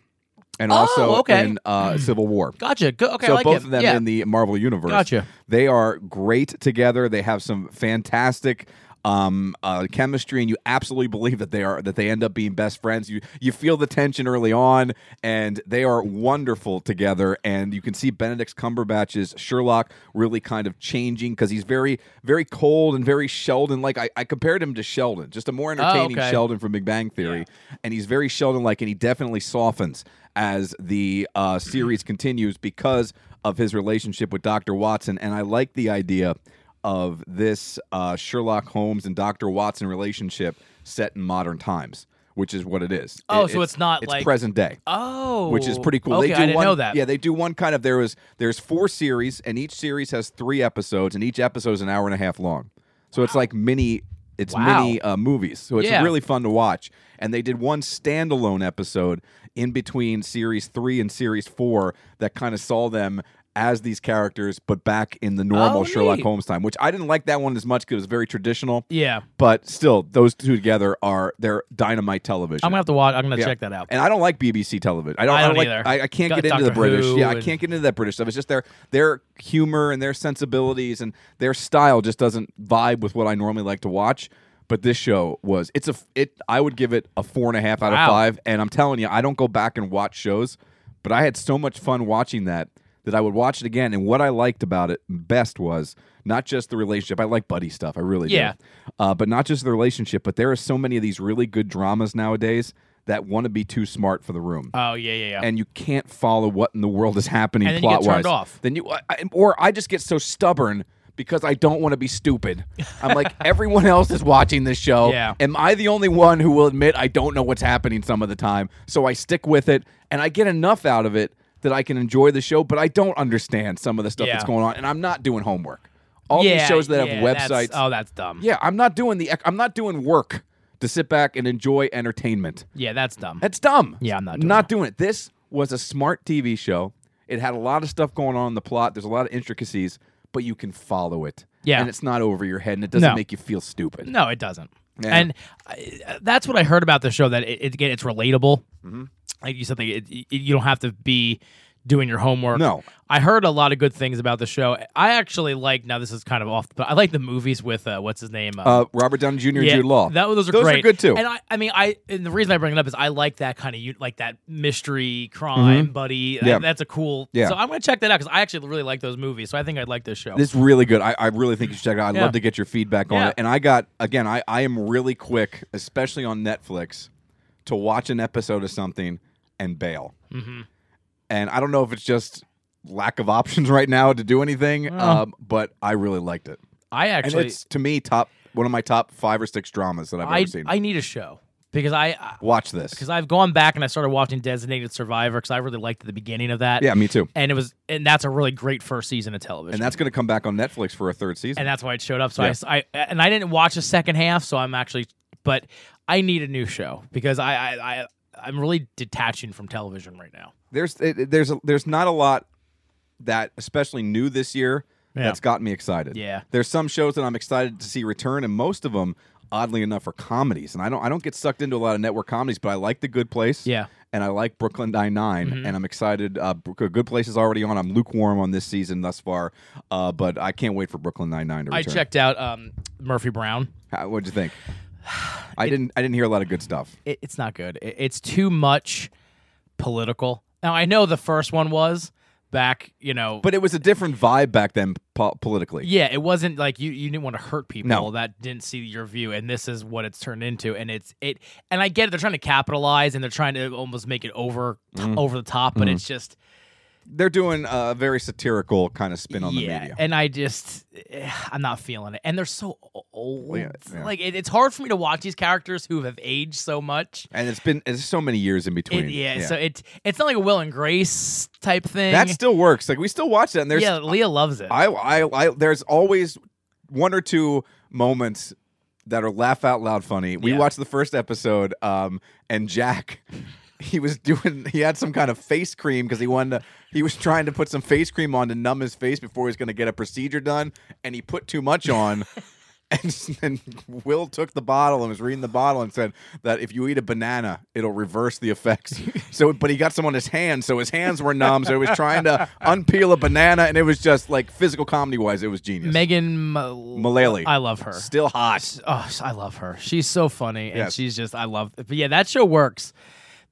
[SPEAKER 1] and
[SPEAKER 2] Oh,
[SPEAKER 1] also
[SPEAKER 2] okay,
[SPEAKER 1] in
[SPEAKER 2] [CLEARS THROAT]
[SPEAKER 1] uh, Civil War.
[SPEAKER 2] Gotcha. Go, okay,
[SPEAKER 1] so
[SPEAKER 2] I like
[SPEAKER 1] both
[SPEAKER 2] him.
[SPEAKER 1] of them
[SPEAKER 2] yeah.
[SPEAKER 1] in the Marvel universe.
[SPEAKER 2] Gotcha.
[SPEAKER 1] They are great together. They have some fantastic. Um, uh, chemistry, and you absolutely believe that they are that they end up being best friends. You you feel the tension early on, and they are wonderful together. And you can see Benedict Cumberbatch's Sherlock really kind of changing because he's very very cold and very Sheldon. Like I, I compared him to Sheldon, just a more entertaining
[SPEAKER 2] Oh, okay.
[SPEAKER 1] Sheldon from Big Bang Theory, and he's very Sheldon like, and he definitely softens as the uh,
[SPEAKER 2] [CLEARS THROAT]
[SPEAKER 1] series continues because of his relationship with Dr. Watson. And I like the idea of this uh, Sherlock Holmes and Dr. Watson relationship set in modern times, which is what it is.
[SPEAKER 2] Oh,
[SPEAKER 1] It-
[SPEAKER 2] so it's not
[SPEAKER 1] it's
[SPEAKER 2] like-
[SPEAKER 1] present day
[SPEAKER 2] oh,
[SPEAKER 1] which is pretty cool.
[SPEAKER 2] Okay,
[SPEAKER 1] they do
[SPEAKER 2] I didn't
[SPEAKER 1] one,
[SPEAKER 2] know that.
[SPEAKER 1] Yeah, they do one kind of there is there's four series, and each series has three episodes, and each episode is an hour and a half long. So it's like mini, it's
[SPEAKER 2] Wow.
[SPEAKER 1] mini uh, movies. So it's
[SPEAKER 2] Yeah.
[SPEAKER 1] really fun to watch. And they did one standalone episode in between series three and series four that kind of saw them. As these characters, but back in the normal
[SPEAKER 2] Oh,
[SPEAKER 1] Sherlock
[SPEAKER 2] neat.
[SPEAKER 1] Holmes time, which I didn't like that one as much because it was very traditional.
[SPEAKER 2] Yeah.
[SPEAKER 1] But still, those two together are they're dynamite television.
[SPEAKER 2] I'm gonna have to watch. I'm gonna
[SPEAKER 1] Yeah.
[SPEAKER 2] check that out.
[SPEAKER 1] And I don't like BBC television. I don't,
[SPEAKER 2] I
[SPEAKER 1] I
[SPEAKER 2] don't
[SPEAKER 1] don't like,
[SPEAKER 2] either.
[SPEAKER 1] I, I can't
[SPEAKER 2] Got
[SPEAKER 1] get into the
[SPEAKER 2] Doctor
[SPEAKER 1] British.
[SPEAKER 2] Who
[SPEAKER 1] yeah, I
[SPEAKER 2] and-
[SPEAKER 1] can't get into that British stuff. It's just their their humor and their sensibilities and their style just doesn't vibe with what I normally like to watch. But this show was it's a it. I would give it a four and a half out
[SPEAKER 2] Wow.
[SPEAKER 1] of five. And I'm telling you, I don't go back and watch shows, but I had so much fun watching that that I would watch it again. And what I liked about it best was not just the relationship. I like buddy stuff. I really
[SPEAKER 2] Yeah.
[SPEAKER 1] do uh, but not just the relationship, but there are so many of these really good dramas nowadays that want to be too smart for the room.
[SPEAKER 2] oh yeah, yeah, yeah.
[SPEAKER 1] and you can't follow what in the world is happening
[SPEAKER 2] And then you get
[SPEAKER 1] plot
[SPEAKER 2] turned
[SPEAKER 1] wise.
[SPEAKER 2] off.
[SPEAKER 1] Then you, I, I- or I just get so stubborn because I don't want to be stupid. I'm
[SPEAKER 2] [LAUGHS]
[SPEAKER 1] like everyone else is watching this show.
[SPEAKER 2] Yeah.
[SPEAKER 1] Am I the only one who will admit I don't know what's happening some of the time? So I stick with it, and I get enough out of it that I can enjoy the show. But I don't understand some of the stuff
[SPEAKER 2] Yeah.
[SPEAKER 1] that's going on, and I'm not doing homework. All these
[SPEAKER 2] Yeah,
[SPEAKER 1] shows that
[SPEAKER 2] yeah,
[SPEAKER 1] have
[SPEAKER 2] that's-
[SPEAKER 1] websites.
[SPEAKER 2] Oh, that's dumb.
[SPEAKER 1] Yeah, I'm not doing the. I'm not doing work to sit back and enjoy entertainment.
[SPEAKER 2] Yeah, that's dumb.
[SPEAKER 1] That's dumb.
[SPEAKER 2] Yeah, I'm not doing
[SPEAKER 1] not
[SPEAKER 2] that.
[SPEAKER 1] doing it. This was a smart TV show. It had a lot of stuff going on in the plot. There's a lot of intricacies, but you can follow it.
[SPEAKER 2] Yeah.
[SPEAKER 1] and it's not over your head, and it doesn't
[SPEAKER 2] No.
[SPEAKER 1] make you feel stupid.
[SPEAKER 2] No, it doesn't.
[SPEAKER 1] Yeah.
[SPEAKER 2] And I, that's what I heard about the show. That it, it again, it's relatable.
[SPEAKER 1] Mm-hmm.
[SPEAKER 2] Like you said, like, it, it, you don't have to be doing your homework.
[SPEAKER 1] No.
[SPEAKER 2] I heard a lot of good things about the show. I actually like. Now this is kind of off, but I like the movies with uh, what's his name.
[SPEAKER 1] Uh, Robert Downey Jr. and Jude Law.
[SPEAKER 2] That, those are
[SPEAKER 1] those
[SPEAKER 2] great.
[SPEAKER 1] are good too.
[SPEAKER 2] And I, I mean, I and the reason I bring it up is I like that kind of you like that mystery crime buddy.
[SPEAKER 1] Mm-hmm. Yeah.
[SPEAKER 2] that's a cool.
[SPEAKER 1] Yeah.
[SPEAKER 2] So I'm gonna check that out because I actually really like those movies. So I think I'd like this show.
[SPEAKER 1] This is really good. I, I really think you should check it out. I'd
[SPEAKER 2] Yeah.
[SPEAKER 1] love to get your feedback on
[SPEAKER 2] Yeah.
[SPEAKER 1] it. And I got again, I, I am really quick, especially on Netflix, to watch an episode of something and bail. Mm-hmm. And I don't know if it's just lack of options [LAUGHS] right now to do anything, um, but I really liked it.
[SPEAKER 2] I Oh. actually
[SPEAKER 1] and it's to me top one of my top five or six dramas that I've
[SPEAKER 2] I
[SPEAKER 1] ever seen.
[SPEAKER 2] I need a show because I
[SPEAKER 1] watch this.
[SPEAKER 2] because I've gone back and I started watching Designated Survivor because I really liked the beginning of that.
[SPEAKER 1] Yeah, me too.
[SPEAKER 2] And it was and that's a really great first season of television.
[SPEAKER 1] And that's going to come back on Netflix for a third season.
[SPEAKER 2] and that's why it showed up. So I
[SPEAKER 1] Yeah.
[SPEAKER 2] s I I, and I didn't watch the second half, so I'm actually but I need a new show because I I, I I'm really detaching from television right now.
[SPEAKER 1] there's it, it- there's a, there's not a lot that especially new this year
[SPEAKER 2] Yeah.
[SPEAKER 1] that's got me excited.
[SPEAKER 2] Yeah.
[SPEAKER 1] There's some shows that I'm excited to see return and most of them oddly enough, are comedies, and I don't I don't get sucked into a lot of network comedies, but I like The Good Place.
[SPEAKER 2] Yeah. Mm-hmm.
[SPEAKER 1] And I like Brooklyn Nine and I'm excited. Uh, Bro- Good Place is already on. I'm lukewarm on this season thus far, uh, but I can't wait for Brooklyn Nine Nine to
[SPEAKER 2] I
[SPEAKER 1] return.
[SPEAKER 2] checked out um, Murphy Brown.
[SPEAKER 1] How, what'd you
[SPEAKER 2] [SIGHS]
[SPEAKER 1] think? I didn't. I didn't hear a lot of good stuff.
[SPEAKER 2] It, it's not good. It, it's too much political. Now I know the first one was back, you know,
[SPEAKER 1] But it was a different vibe back then po- politically.
[SPEAKER 2] Yeah, it wasn't like you you didn't want to hurt people
[SPEAKER 1] No.
[SPEAKER 2] that didn't see your view, and this is what it's turned into. And it's it, and I get it. They're trying to capitalize, and they're trying to almost make it over
[SPEAKER 1] Mm-hmm.
[SPEAKER 2] over the top, but it's just
[SPEAKER 1] They're doing a very satirical kind of spin on
[SPEAKER 2] yeah.
[SPEAKER 1] the media.
[SPEAKER 2] And I just eh, I'm not feeling it. And they're so o- old.
[SPEAKER 1] yeah, yeah.
[SPEAKER 2] Like it, it's hard for me to watch these characters who have aged so much.
[SPEAKER 1] And it's been it's so many years in
[SPEAKER 2] It-
[SPEAKER 1] between.
[SPEAKER 2] yeah, so it's it's not like a Will and Grace type thing.
[SPEAKER 1] that still works. Like we still watch that, and there's
[SPEAKER 2] yeah, Leah loves it.
[SPEAKER 1] I, I, I there's always one or two moments that are laugh out loud funny. We
[SPEAKER 2] Yeah.
[SPEAKER 1] watched the first episode, um, and Jack, [LAUGHS] he was doing, he had some kind of face cream because he wanted to, he was trying to put some face cream on to numb his face before he was going to get a procedure done, and he put too much
[SPEAKER 2] [LAUGHS]
[SPEAKER 1] on. [LAUGHS] And, and Will took the bottle and was reading the bottle and said that if you eat a banana, it'll reverse the
[SPEAKER 2] [LAUGHS]
[SPEAKER 1] effects. So, but he got some on his hands, so his hands were numb. So he was trying to unpeel a banana, and it was just like physical comedy wise, it was genius.
[SPEAKER 2] Megan Mal-
[SPEAKER 1] Mullally.
[SPEAKER 2] I love her.
[SPEAKER 1] Still hot.
[SPEAKER 2] oh, I love her. She's so funny, and
[SPEAKER 1] Yes.
[SPEAKER 2] she's just I love. But yeah, that show works.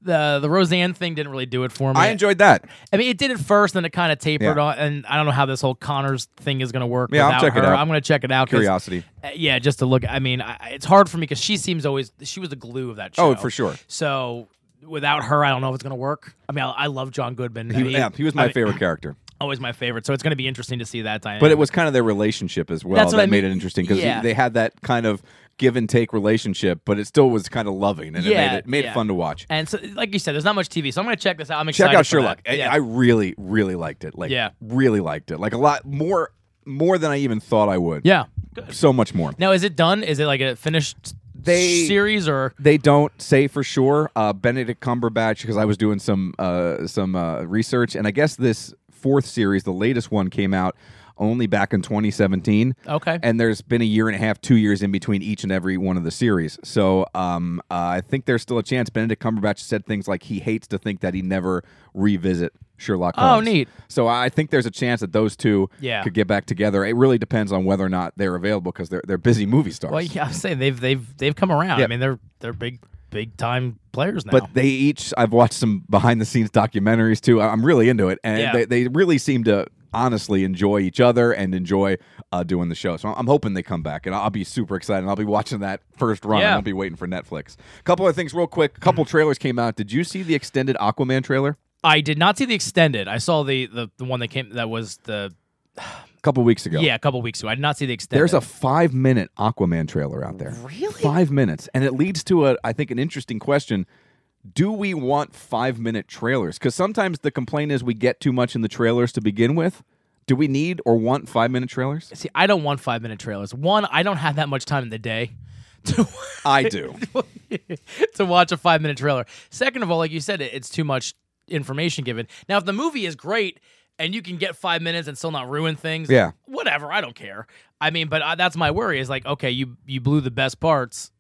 [SPEAKER 2] the The Roseanne thing didn't really do it for me.
[SPEAKER 1] I enjoyed that.
[SPEAKER 2] I mean, it did it first, then it kind of tapered
[SPEAKER 1] Yeah.
[SPEAKER 2] on, and I don't know how this whole Connors thing is going to work.
[SPEAKER 1] Yeah, I'll
[SPEAKER 2] without
[SPEAKER 1] check it
[SPEAKER 2] her.
[SPEAKER 1] out.
[SPEAKER 2] I'm going to check it out. 'cause,
[SPEAKER 1] Curiosity.
[SPEAKER 2] uh, yeah, just to look. I mean, I, I- it's hard for me because she seems always she was the glue of that show.
[SPEAKER 1] Oh, for sure.
[SPEAKER 2] So. Without her, I don't know if it's going to work. I mean, I, I love John Goodman. I
[SPEAKER 1] He,
[SPEAKER 2] mean,
[SPEAKER 1] yeah, he was my
[SPEAKER 2] I mean,
[SPEAKER 1] favorite
[SPEAKER 2] [LAUGHS]
[SPEAKER 1] character.
[SPEAKER 2] Always my favorite. So it's going to be interesting to see that dynamic.
[SPEAKER 1] But it was kind of their relationship as well
[SPEAKER 2] That's what
[SPEAKER 1] that
[SPEAKER 2] I
[SPEAKER 1] made
[SPEAKER 2] mean.
[SPEAKER 1] it interesting because
[SPEAKER 2] Yeah.
[SPEAKER 1] they had that kind of give and take relationship, but it still was kind of loving and it
[SPEAKER 2] Yeah,
[SPEAKER 1] made it made
[SPEAKER 2] yeah.
[SPEAKER 1] it fun to watch.
[SPEAKER 2] and so, like you said, there's not much TV, so I'm going to check this out. I'm excited.
[SPEAKER 1] Check out
[SPEAKER 2] for that.
[SPEAKER 1] Sherlock. I,
[SPEAKER 2] Yeah.
[SPEAKER 1] I really, really liked it. Like,
[SPEAKER 2] Yeah.
[SPEAKER 1] really liked it. Like a lot more, more than I even thought I would.
[SPEAKER 2] yeah.
[SPEAKER 1] so much more.
[SPEAKER 2] Now, is it done? Is it like a finished
[SPEAKER 1] They-
[SPEAKER 2] series or
[SPEAKER 1] They don't say for sure. Uh, Benedict Cumberbatch, because I was doing some uh, some uh, research, and I guess this fourth series, the latest one, came out only back in 2017.
[SPEAKER 2] Okay.
[SPEAKER 1] and there's been a year and a half, two years in between each and every one of the series. So um, uh, I think there's still a chance. Benedict Cumberbatch said things like he hates to think that he never revisit Sherlock
[SPEAKER 2] Oh,
[SPEAKER 1] Holmes.
[SPEAKER 2] neat.
[SPEAKER 1] So I think there's a chance that those two
[SPEAKER 2] Yeah.
[SPEAKER 1] could get back together. It really depends on whether or not they're available because they're they're busy movie stars.
[SPEAKER 2] Well, yeah, I'm saying they've they've they've come around.
[SPEAKER 1] Yeah.
[SPEAKER 2] I mean, they're they're big big time players now.
[SPEAKER 1] But they each, I've watched some behind the scenes documentaries too. I- I'm really into it, and
[SPEAKER 2] Yeah.
[SPEAKER 1] they, they really seem to honestly enjoy each other and enjoy uh, doing the show. So I'm- I'm hoping they come back, and I'll be super excited. and I'll be watching that first run.
[SPEAKER 2] Yeah. Mm-hmm.
[SPEAKER 1] I won't be waiting for Netflix. couple of things, real quick. couple trailers came out. Did you see the extended Aquaman trailer?
[SPEAKER 2] I did not see the extended. I saw the the, the one that came that was the
[SPEAKER 1] A couple weeks ago.
[SPEAKER 2] yeah a couple weeks ago. I did not see the extended.
[SPEAKER 1] There's a five minute Aquaman trailer out there. Really? Five minutes. And it leads to a I think an interesting question. Do we want five minute trailers? Because sometimes the complaint is we get too much in the trailers to begin with. Do we need or want five minute trailers?
[SPEAKER 2] see. I don't want five minute trailers. One, I don't have that much time in the day [LAUGHS] to
[SPEAKER 1] I do.
[SPEAKER 2] [LAUGHS] to watch a five minute trailer. Second of all, like you said, it, it's too much information given. Now, if the movie is great and you can get five minutes and still not ruin things,
[SPEAKER 1] Yeah.
[SPEAKER 2] whatever. I don't care. I mean, but I, that's my worry is like, okay, you you blew the best parts.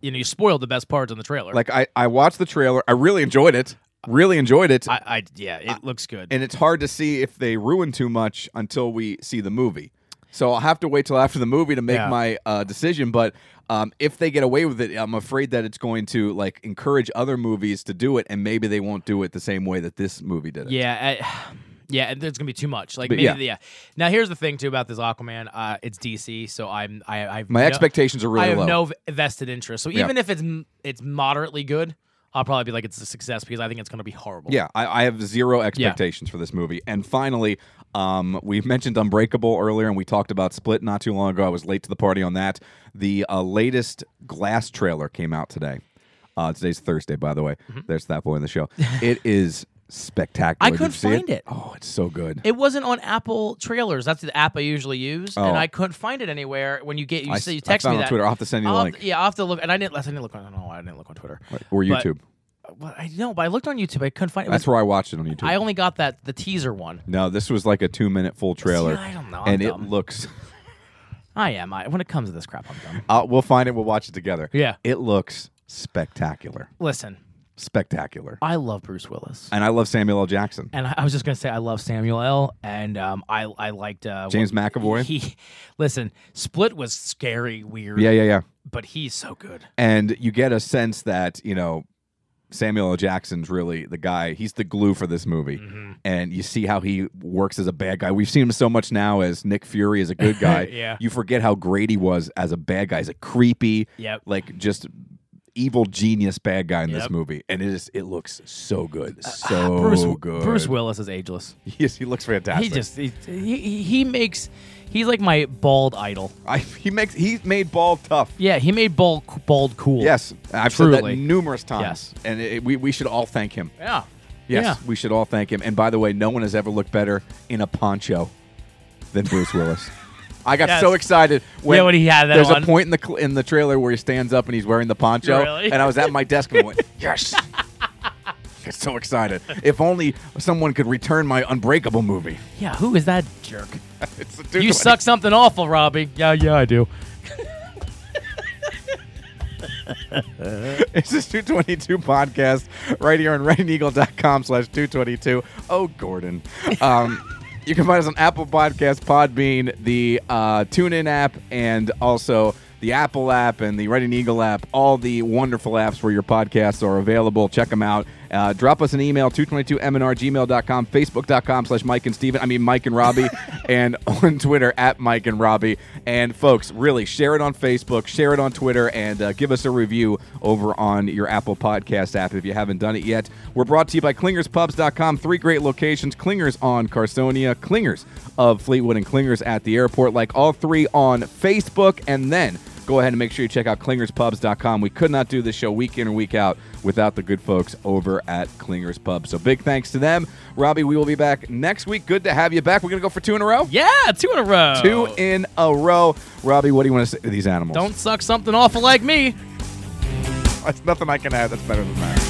[SPEAKER 2] You know, you spoiled the best parts in the trailer.
[SPEAKER 1] like I, I watched the trailer. I really enjoyed it. Really enjoyed it.
[SPEAKER 2] I, I yeah, it looks good.
[SPEAKER 1] and it's hard to see if they ruin too much until we see the movie. So I'll have to wait till after the movie to make
[SPEAKER 2] Yeah.
[SPEAKER 1] my uh, decision. But um, if they get away with it, I'm afraid that it's going to like encourage other movies to do it, and maybe they won't do it the same way that this movie did it.
[SPEAKER 2] Yeah, I, [SIGHS] yeah, and there's gonna be too much. Like
[SPEAKER 1] But
[SPEAKER 2] maybe,
[SPEAKER 1] yeah.
[SPEAKER 2] yeah. Now here's the thing too about this Aquaman. Uh, it's DC, so I'm I, I've
[SPEAKER 1] My
[SPEAKER 2] no-
[SPEAKER 1] expectations are really
[SPEAKER 2] I have
[SPEAKER 1] low.
[SPEAKER 2] no v- vested interest. So
[SPEAKER 1] Yeah.
[SPEAKER 2] even if it's m- it's moderately good, I'll probably be like it's a success because I think it's gonna be horrible.
[SPEAKER 1] Yeah, I, I have zero expectations for this movie. And finally, um, we [LAUGHS] mentioned Unbreakable earlier, and we talked about Split not too long ago. I was late to the party on that. The uh, latest Glass trailer came out today. Uh, today's Thursday, by the way. There's that boy in the
[SPEAKER 2] [LAUGHS]
[SPEAKER 1] show. It is spectacular.
[SPEAKER 2] Mm-hmm. I
[SPEAKER 1] Did you
[SPEAKER 2] couldn't
[SPEAKER 1] see
[SPEAKER 2] find it.
[SPEAKER 1] Oh, it's so good.
[SPEAKER 2] It wasn't on Apple trailers. That's the app I usually use,
[SPEAKER 1] Oh.
[SPEAKER 2] and I couldn't find it anywhere. When you get you,
[SPEAKER 1] I
[SPEAKER 2] say,
[SPEAKER 1] s-
[SPEAKER 2] you
[SPEAKER 1] I
[SPEAKER 2] text
[SPEAKER 1] found
[SPEAKER 2] me
[SPEAKER 1] on
[SPEAKER 2] that
[SPEAKER 1] Twitter. I'll have to send you a
[SPEAKER 2] I'll
[SPEAKER 1] link.
[SPEAKER 2] Have to, yeah, I'll have to look. And I didn't. I didn't look on. I don't know why I didn't look on Twitter.
[SPEAKER 1] or
[SPEAKER 2] But-
[SPEAKER 1] YouTube.
[SPEAKER 2] Well, I know, but I looked on YouTube. I couldn't find it. it
[SPEAKER 1] That's
[SPEAKER 2] was,
[SPEAKER 1] where I watched it on YouTube.
[SPEAKER 2] I only got that the teaser one.
[SPEAKER 1] no, this was like a two minute full trailer.
[SPEAKER 2] I don't know. I'm
[SPEAKER 1] And it
[SPEAKER 2] dumb.
[SPEAKER 1] looks
[SPEAKER 2] I am. I, when it comes to this crap, I'm dumb.
[SPEAKER 1] [LAUGHS] Uh, we'll find it. We'll watch it together.
[SPEAKER 2] Yeah.
[SPEAKER 1] It looks spectacular.
[SPEAKER 2] Listen,
[SPEAKER 1] Spectacular.
[SPEAKER 2] I love Bruce Willis.
[SPEAKER 1] And I love Samuel L. Jackson.
[SPEAKER 2] And I, I was just gonna say I love Samuel L. And um, I I liked uh,
[SPEAKER 1] James
[SPEAKER 2] what-
[SPEAKER 1] McAvoy?
[SPEAKER 2] [LAUGHS] He, listen, Split was scary, weird.
[SPEAKER 1] Yeah, yeah, yeah.
[SPEAKER 2] But he's so good.
[SPEAKER 1] And you get a sense that, you know, Samuel L. Jackson's really the guy. He's the glue for this movie.
[SPEAKER 2] Mm-hmm.
[SPEAKER 1] And you see how he works as a bad guy. We've seen him so much now as Nick Fury as a good guy.
[SPEAKER 2] [LAUGHS] Yeah.
[SPEAKER 1] You forget how great he was as a bad guy, as a creepy,
[SPEAKER 2] Yep.
[SPEAKER 1] like just evil genius bad guy in this
[SPEAKER 2] Yep. Uh,
[SPEAKER 1] movie. And it is it looks so good. So
[SPEAKER 2] Bruce
[SPEAKER 1] Oh, good.
[SPEAKER 2] Bruce Willis is ageless.
[SPEAKER 1] [LAUGHS] Yes, he looks fantastic.
[SPEAKER 2] He just he, he he makes he's like my bald idol.
[SPEAKER 1] I, he makes he made ball tough.
[SPEAKER 2] Yeah, he made bald bald cool.
[SPEAKER 1] Yes, I've said that
[SPEAKER 2] Truly.
[SPEAKER 1] numerous times.
[SPEAKER 2] Yes.
[SPEAKER 1] And it, we, we should all thank him.
[SPEAKER 2] Yeah.
[SPEAKER 1] Yes,
[SPEAKER 2] Yeah.
[SPEAKER 1] we should all thank him. And by the way, no one has ever looked better in a poncho than Bruce Willis. I got
[SPEAKER 2] Yes.
[SPEAKER 1] so excited when,
[SPEAKER 2] Yeah, when he had that
[SPEAKER 1] There's
[SPEAKER 2] on.
[SPEAKER 1] a point in the cl- in the trailer where he stands up and he's wearing the poncho,
[SPEAKER 2] Really?
[SPEAKER 1] and I was at my desk and I
[SPEAKER 2] [LAUGHS]
[SPEAKER 1] went, "Yes!" I got so excited. If only someone could return my Unbreakable movie.
[SPEAKER 2] Yeah. Who is that jerk?
[SPEAKER 1] It's a dude
[SPEAKER 2] You
[SPEAKER 1] like-
[SPEAKER 2] suck something awful, Robbie. Yeah. Yeah, I do.
[SPEAKER 1] [LAUGHS] This is 222 podcast right here on redeneagle.com slash 222. Oh, Gordon. Um, you can find us on Apple Podcasts, Podbean, the uh, TuneIn app, and also the Apple app and the Red and Eagle app, all the wonderful apps where your podcasts are available. Check them out. Uh, drop us an email, 222mnrgmail.com, facebook.com slash Mike and Steven, I mean Mike and Robbie, and on Twitter at Mike and Robbie. And folks, really share it on Facebook, share it on Twitter, and uh, give us a review over on your Apple Podcast app if you haven't done it yet. We're brought to you by ClingersPubs.com. Three great locations Clingers on Carsonia, Clingers of Fleetwood, and Clingers at the airport, like all three on Facebook. And then go ahead and make sure you check out ClingersPubs.com. We could not do this show week in and week out without the good folks over at Clingers Pub. So big thanks to them. Robbie, we will be back next week. Good to have you back. We're going to go for two in a row.
[SPEAKER 2] Yeah. Two in a row.
[SPEAKER 1] Two in a row. Robbie, what do you want to say to these animals?
[SPEAKER 2] Don't suck something awful like me.
[SPEAKER 1] It's nothing I can add that's better than that.